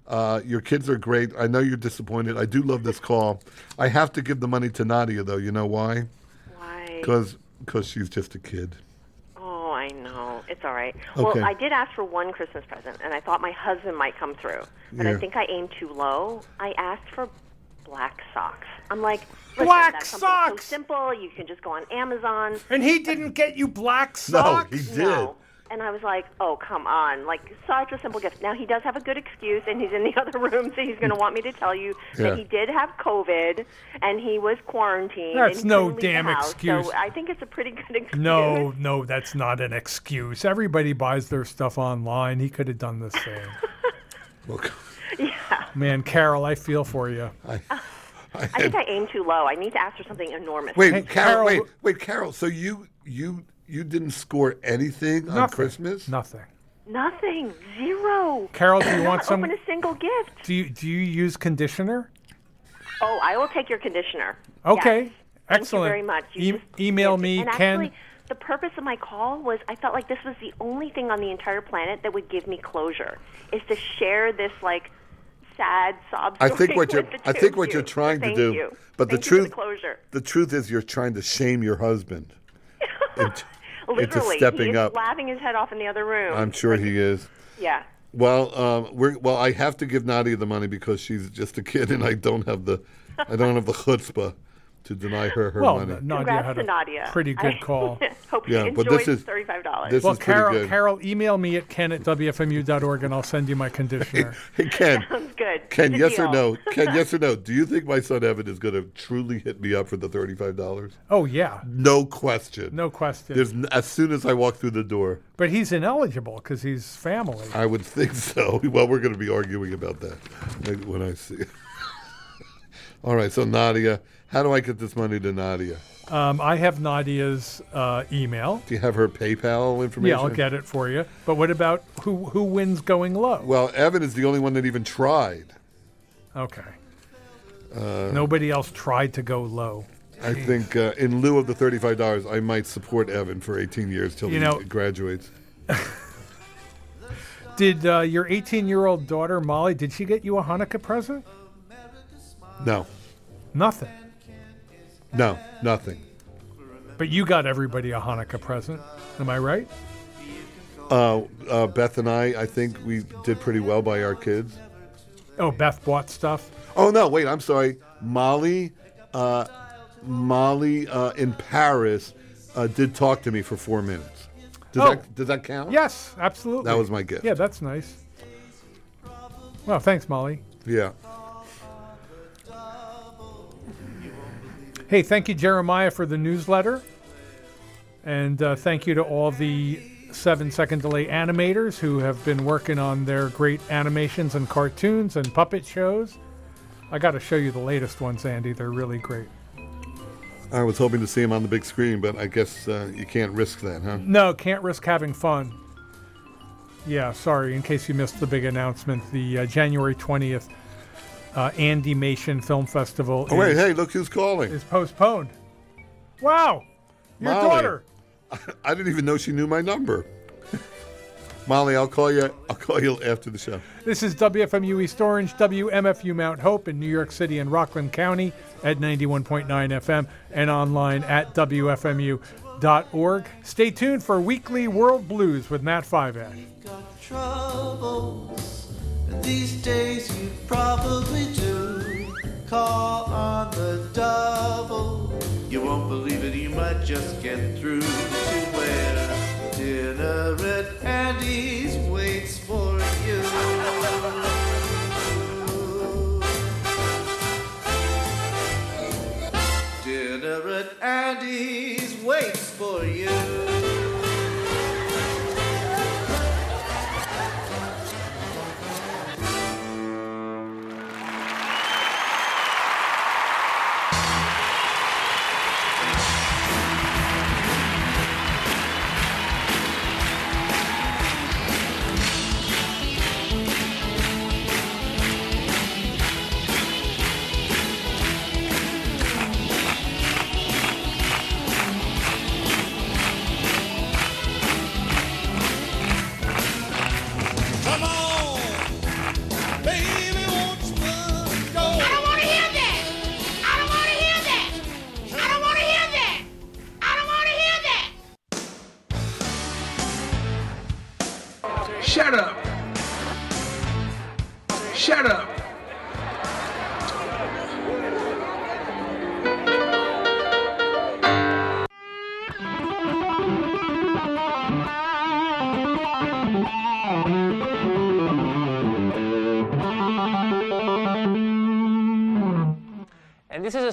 [SPEAKER 2] uh, your kids are great. I know you're disappointed. I do love this call. I have to give the money to Nadia though. You know why?
[SPEAKER 9] Why?
[SPEAKER 2] Because she's just a kid.
[SPEAKER 9] Oh, I know. It's all right.
[SPEAKER 2] Okay.
[SPEAKER 9] Well, I did ask for one Christmas present, and I thought my husband might come through, but
[SPEAKER 2] Yeah.
[SPEAKER 9] I think I aimed too low. I asked for black socks. I'm like, listen,
[SPEAKER 1] Black
[SPEAKER 9] that's something
[SPEAKER 1] socks!
[SPEAKER 9] So simple, you can just go on Amazon.
[SPEAKER 1] And he didn't get you black
[SPEAKER 2] No,
[SPEAKER 1] socks?
[SPEAKER 2] he did.
[SPEAKER 9] No. And I was like, oh, come on. Like, such a simple gift. Now, he does have a good excuse, and he's in the *laughs* other room, so he's going to want me to tell you
[SPEAKER 2] Yeah.
[SPEAKER 9] that he did have COVID and he was quarantined. and
[SPEAKER 1] That's
[SPEAKER 9] he
[SPEAKER 1] no
[SPEAKER 9] couldn't leave the
[SPEAKER 1] damn
[SPEAKER 9] house.
[SPEAKER 1] excuse.
[SPEAKER 9] So I think it's a pretty good *laughs* excuse.
[SPEAKER 1] No, no, that's not an excuse. Everybody buys their stuff online. He could have done the same.
[SPEAKER 2] Well,
[SPEAKER 1] Man, Carol, I feel for you.
[SPEAKER 2] I,
[SPEAKER 9] I think I aimed too low. I need to ask for something enormous.
[SPEAKER 2] wait,
[SPEAKER 1] Hey,
[SPEAKER 2] Carol,
[SPEAKER 1] Carol-
[SPEAKER 2] Wait, wait, Carol. So you you you didn't score anything on
[SPEAKER 1] Nothing.
[SPEAKER 2] Christmas?
[SPEAKER 1] Nothing.
[SPEAKER 9] Nothing. Zero.
[SPEAKER 1] Carol, do you want
[SPEAKER 9] Not
[SPEAKER 1] some
[SPEAKER 9] open a single gift.
[SPEAKER 1] Do you do you use conditioner?
[SPEAKER 9] Oh, I will take your conditioner.
[SPEAKER 1] Okay.
[SPEAKER 9] Yes. Thank
[SPEAKER 1] Excellent.
[SPEAKER 9] you very much. You
[SPEAKER 1] E-
[SPEAKER 9] just-
[SPEAKER 1] email me,
[SPEAKER 9] and
[SPEAKER 1] Ken.
[SPEAKER 9] Actually, the purpose of my call was I felt like this was the only thing on the entire planet that would give me closure is to share this like sad sob
[SPEAKER 2] I
[SPEAKER 9] story.
[SPEAKER 2] think
[SPEAKER 9] *laughs*
[SPEAKER 2] what you're
[SPEAKER 9] with the
[SPEAKER 2] I
[SPEAKER 9] two
[SPEAKER 2] think
[SPEAKER 9] of
[SPEAKER 2] what
[SPEAKER 9] you.
[SPEAKER 2] you're trying
[SPEAKER 9] Thank
[SPEAKER 2] to do,
[SPEAKER 9] you.
[SPEAKER 2] but
[SPEAKER 9] Thank
[SPEAKER 2] the
[SPEAKER 9] you for
[SPEAKER 2] truth
[SPEAKER 9] closure. *laughs*
[SPEAKER 2] the truth is you're trying to shame your husband. into, into
[SPEAKER 9] *laughs* Literally,
[SPEAKER 2] stepping
[SPEAKER 9] he is
[SPEAKER 2] up.
[SPEAKER 9] laughing his head off in the other room.
[SPEAKER 2] I'm sure he is.
[SPEAKER 9] yeah.
[SPEAKER 2] Well, um, we're well. I have to give Nadia the money because she's just a kid, and I don't have the, I don't have the chutzpah to deny her her
[SPEAKER 1] well,
[SPEAKER 2] money.
[SPEAKER 1] N- Nadia
[SPEAKER 9] Congrats
[SPEAKER 1] had
[SPEAKER 9] to
[SPEAKER 1] a
[SPEAKER 9] Nadia.
[SPEAKER 1] pretty good
[SPEAKER 9] I
[SPEAKER 1] call.
[SPEAKER 9] *laughs* Hope
[SPEAKER 2] Yeah,
[SPEAKER 9] you
[SPEAKER 2] but this
[SPEAKER 9] enjoyed
[SPEAKER 2] is-
[SPEAKER 9] thirty-five dollars.
[SPEAKER 2] this
[SPEAKER 1] well,
[SPEAKER 2] is pretty
[SPEAKER 1] Carol,
[SPEAKER 2] good.
[SPEAKER 1] Carol, email me at ken at wfmu.org and I'll send you
[SPEAKER 2] *laughs*
[SPEAKER 1] my conditioner.
[SPEAKER 2] Hey,
[SPEAKER 9] *laughs*
[SPEAKER 2] Ken,
[SPEAKER 9] Sounds good.
[SPEAKER 2] Ken,
[SPEAKER 9] Good
[SPEAKER 2] yes or
[SPEAKER 9] deal. *laughs*
[SPEAKER 2] no? Ken, yes or no? Do you think my son Evan is going to truly hit me up for the thirty-five dollars?
[SPEAKER 1] oh yeah,
[SPEAKER 2] No question.
[SPEAKER 1] no question.
[SPEAKER 2] There's n- as soon as I walk through the door,
[SPEAKER 1] but he's ineligible because he's family.
[SPEAKER 2] I would think so. *laughs* Well, we're going to be arguing about that like, when I see. *laughs* All right, so Nadia, how do I get this money to Nadia?
[SPEAKER 1] Um, I have Nadia's uh, email.
[SPEAKER 2] Do you have her PayPal information?
[SPEAKER 1] Yeah, I'll get it for you. But what about who who wins going low?
[SPEAKER 2] Well, Evan is the only one that even tried. Uh,
[SPEAKER 1] okay. Nobody else tried to go low.
[SPEAKER 2] I think uh, in lieu of the thirty-five dollars, I might support Evan for eighteen years till
[SPEAKER 1] You
[SPEAKER 2] he
[SPEAKER 1] know-
[SPEAKER 2] graduates.
[SPEAKER 1] Did uh, your 18 year old daughter Molly? Did she get you a Hanukkah present?
[SPEAKER 2] No,
[SPEAKER 1] Nothing.
[SPEAKER 2] no, nothing.
[SPEAKER 1] But you got everybody a Hanukkah present. Am I right?
[SPEAKER 2] Uh, uh, Beth and I, I think we did pretty well by our kids.
[SPEAKER 1] Oh, Beth bought stuff.
[SPEAKER 2] Oh no, wait, I'm sorry. Molly, uh, Molly uh, in Paris uh, did talk to me for four minutes. Does
[SPEAKER 1] Oh.
[SPEAKER 2] that does that count?
[SPEAKER 1] Yes, absolutely.
[SPEAKER 2] That was my gift.
[SPEAKER 1] Yeah, that's nice. Well, thanks, Molly.
[SPEAKER 2] Yeah.
[SPEAKER 1] Hey, thank you, Jeremiah, for the newsletter. And uh, thank you to all the seven second delay animators who have been working on their great animations and cartoons and puppet shows. I got to show you the latest ones, Andy. They're really great.
[SPEAKER 2] I was hoping to see him on the big screen, but I guess uh, you can't risk that, huh?
[SPEAKER 1] No, can't risk having fun. Yeah, sorry. In case you missed the big announcement, the uh, January 20th uh, Andy Mation Film Festival
[SPEAKER 2] Oh wait,
[SPEAKER 1] is,
[SPEAKER 2] hey, look who's calling!
[SPEAKER 1] is postponed. Wow! Your
[SPEAKER 2] Molly.
[SPEAKER 1] daughter!
[SPEAKER 2] *laughs* I didn't even know she knew my number. Molly, I'll call you. I'll call you after the show.
[SPEAKER 1] This is WFMU East Orange, WMFU Mount Hope in New York City and Rockland County at 91.9 FM and online at WFMU.org. Stay tuned for weekly World Blues with Matt Fivash.
[SPEAKER 10] got troubles. And these days you probably do. Call on the double. You won't believe it, you might just get through to where dinner at Andy's waits for you. *laughs* Dinner at Andy's waits for you.
[SPEAKER 11] Come on, baby, won't you go?
[SPEAKER 8] I don't want to hear that. I don't want to hear that. I don't want to hear that. I don't want to hear that.
[SPEAKER 11] Shut up! Shut up!
[SPEAKER 12] And this is a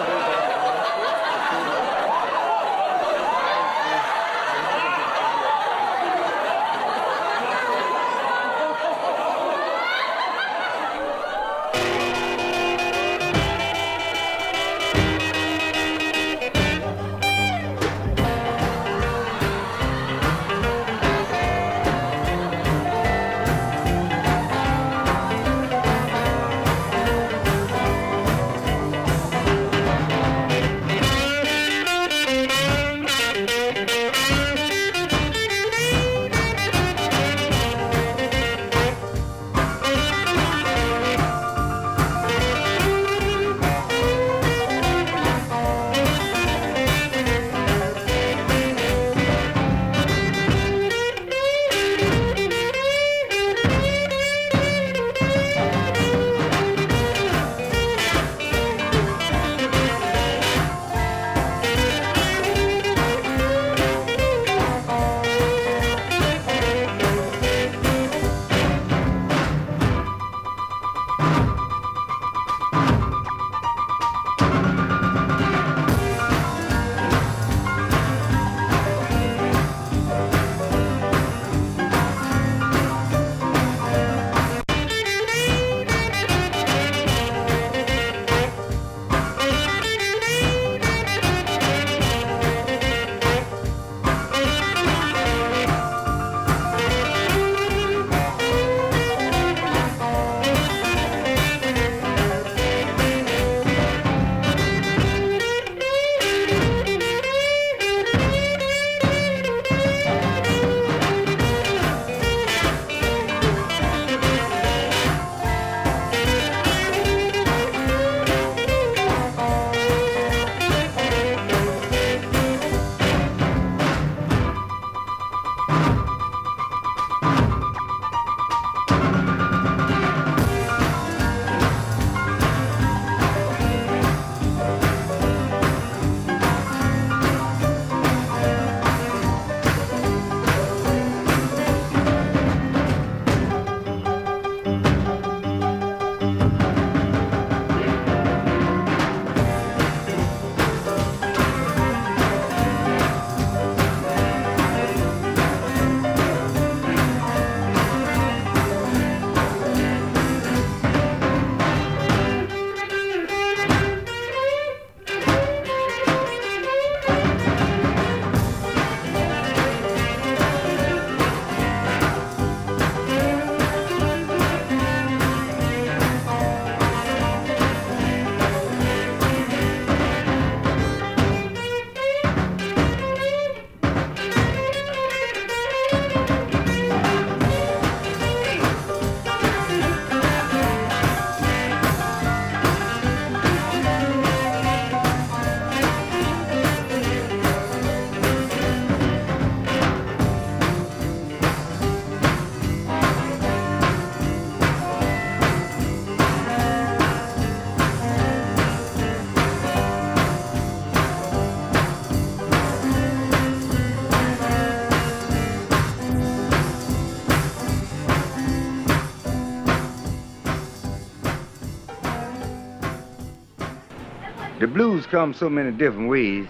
[SPEAKER 13] The blues come so many different ways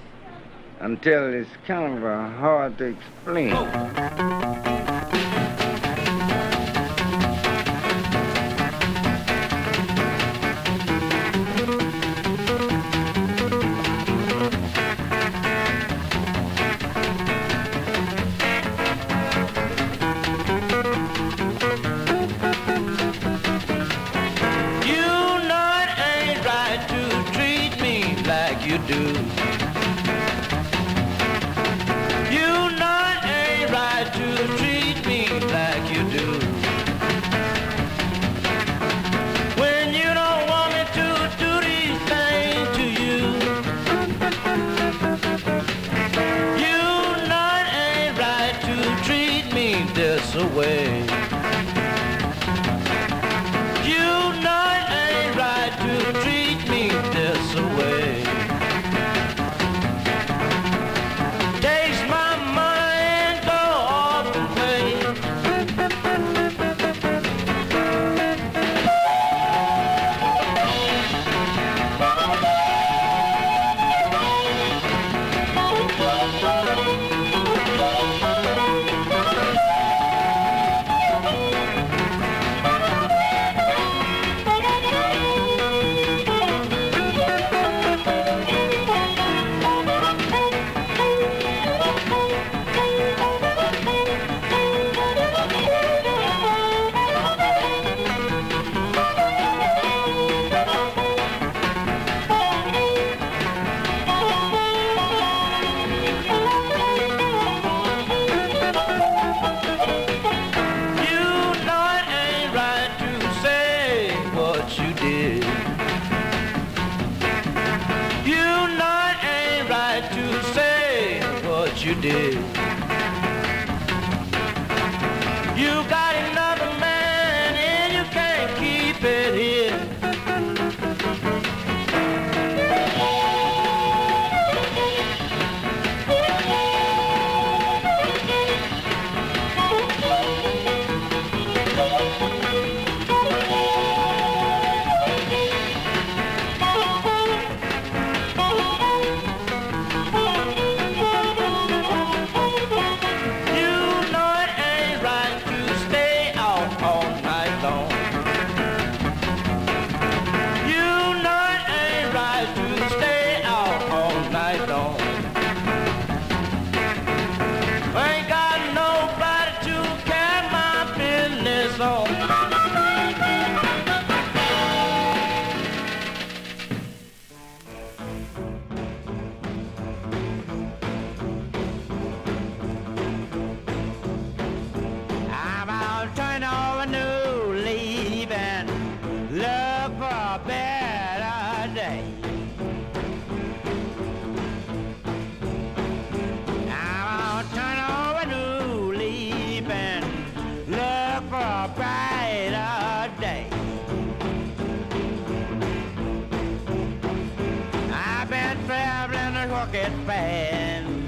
[SPEAKER 13] until it's kind of uh, hard to explain.
[SPEAKER 11] You know it ain't right to treat me like you do. You know it ain't right to treat me like you do. When you don't want me to do these things to you. You know it ain't right to treat me this way. You know it ain't right to treat me this way. Takes my money and go off the way. You know it ain't right to say what you did. You know it ain't right to say what you did. You got another man and you can't keep it here. You know it ain't right to stay out all night long. You know it ain't right to stay out all night long. Ain't got nobody to carry my business on.
[SPEAKER 14] about turning over a new leaf and look for a better day. I'm gonna turn over a new leaf and look for a brighter day. I've been traveling a crooked path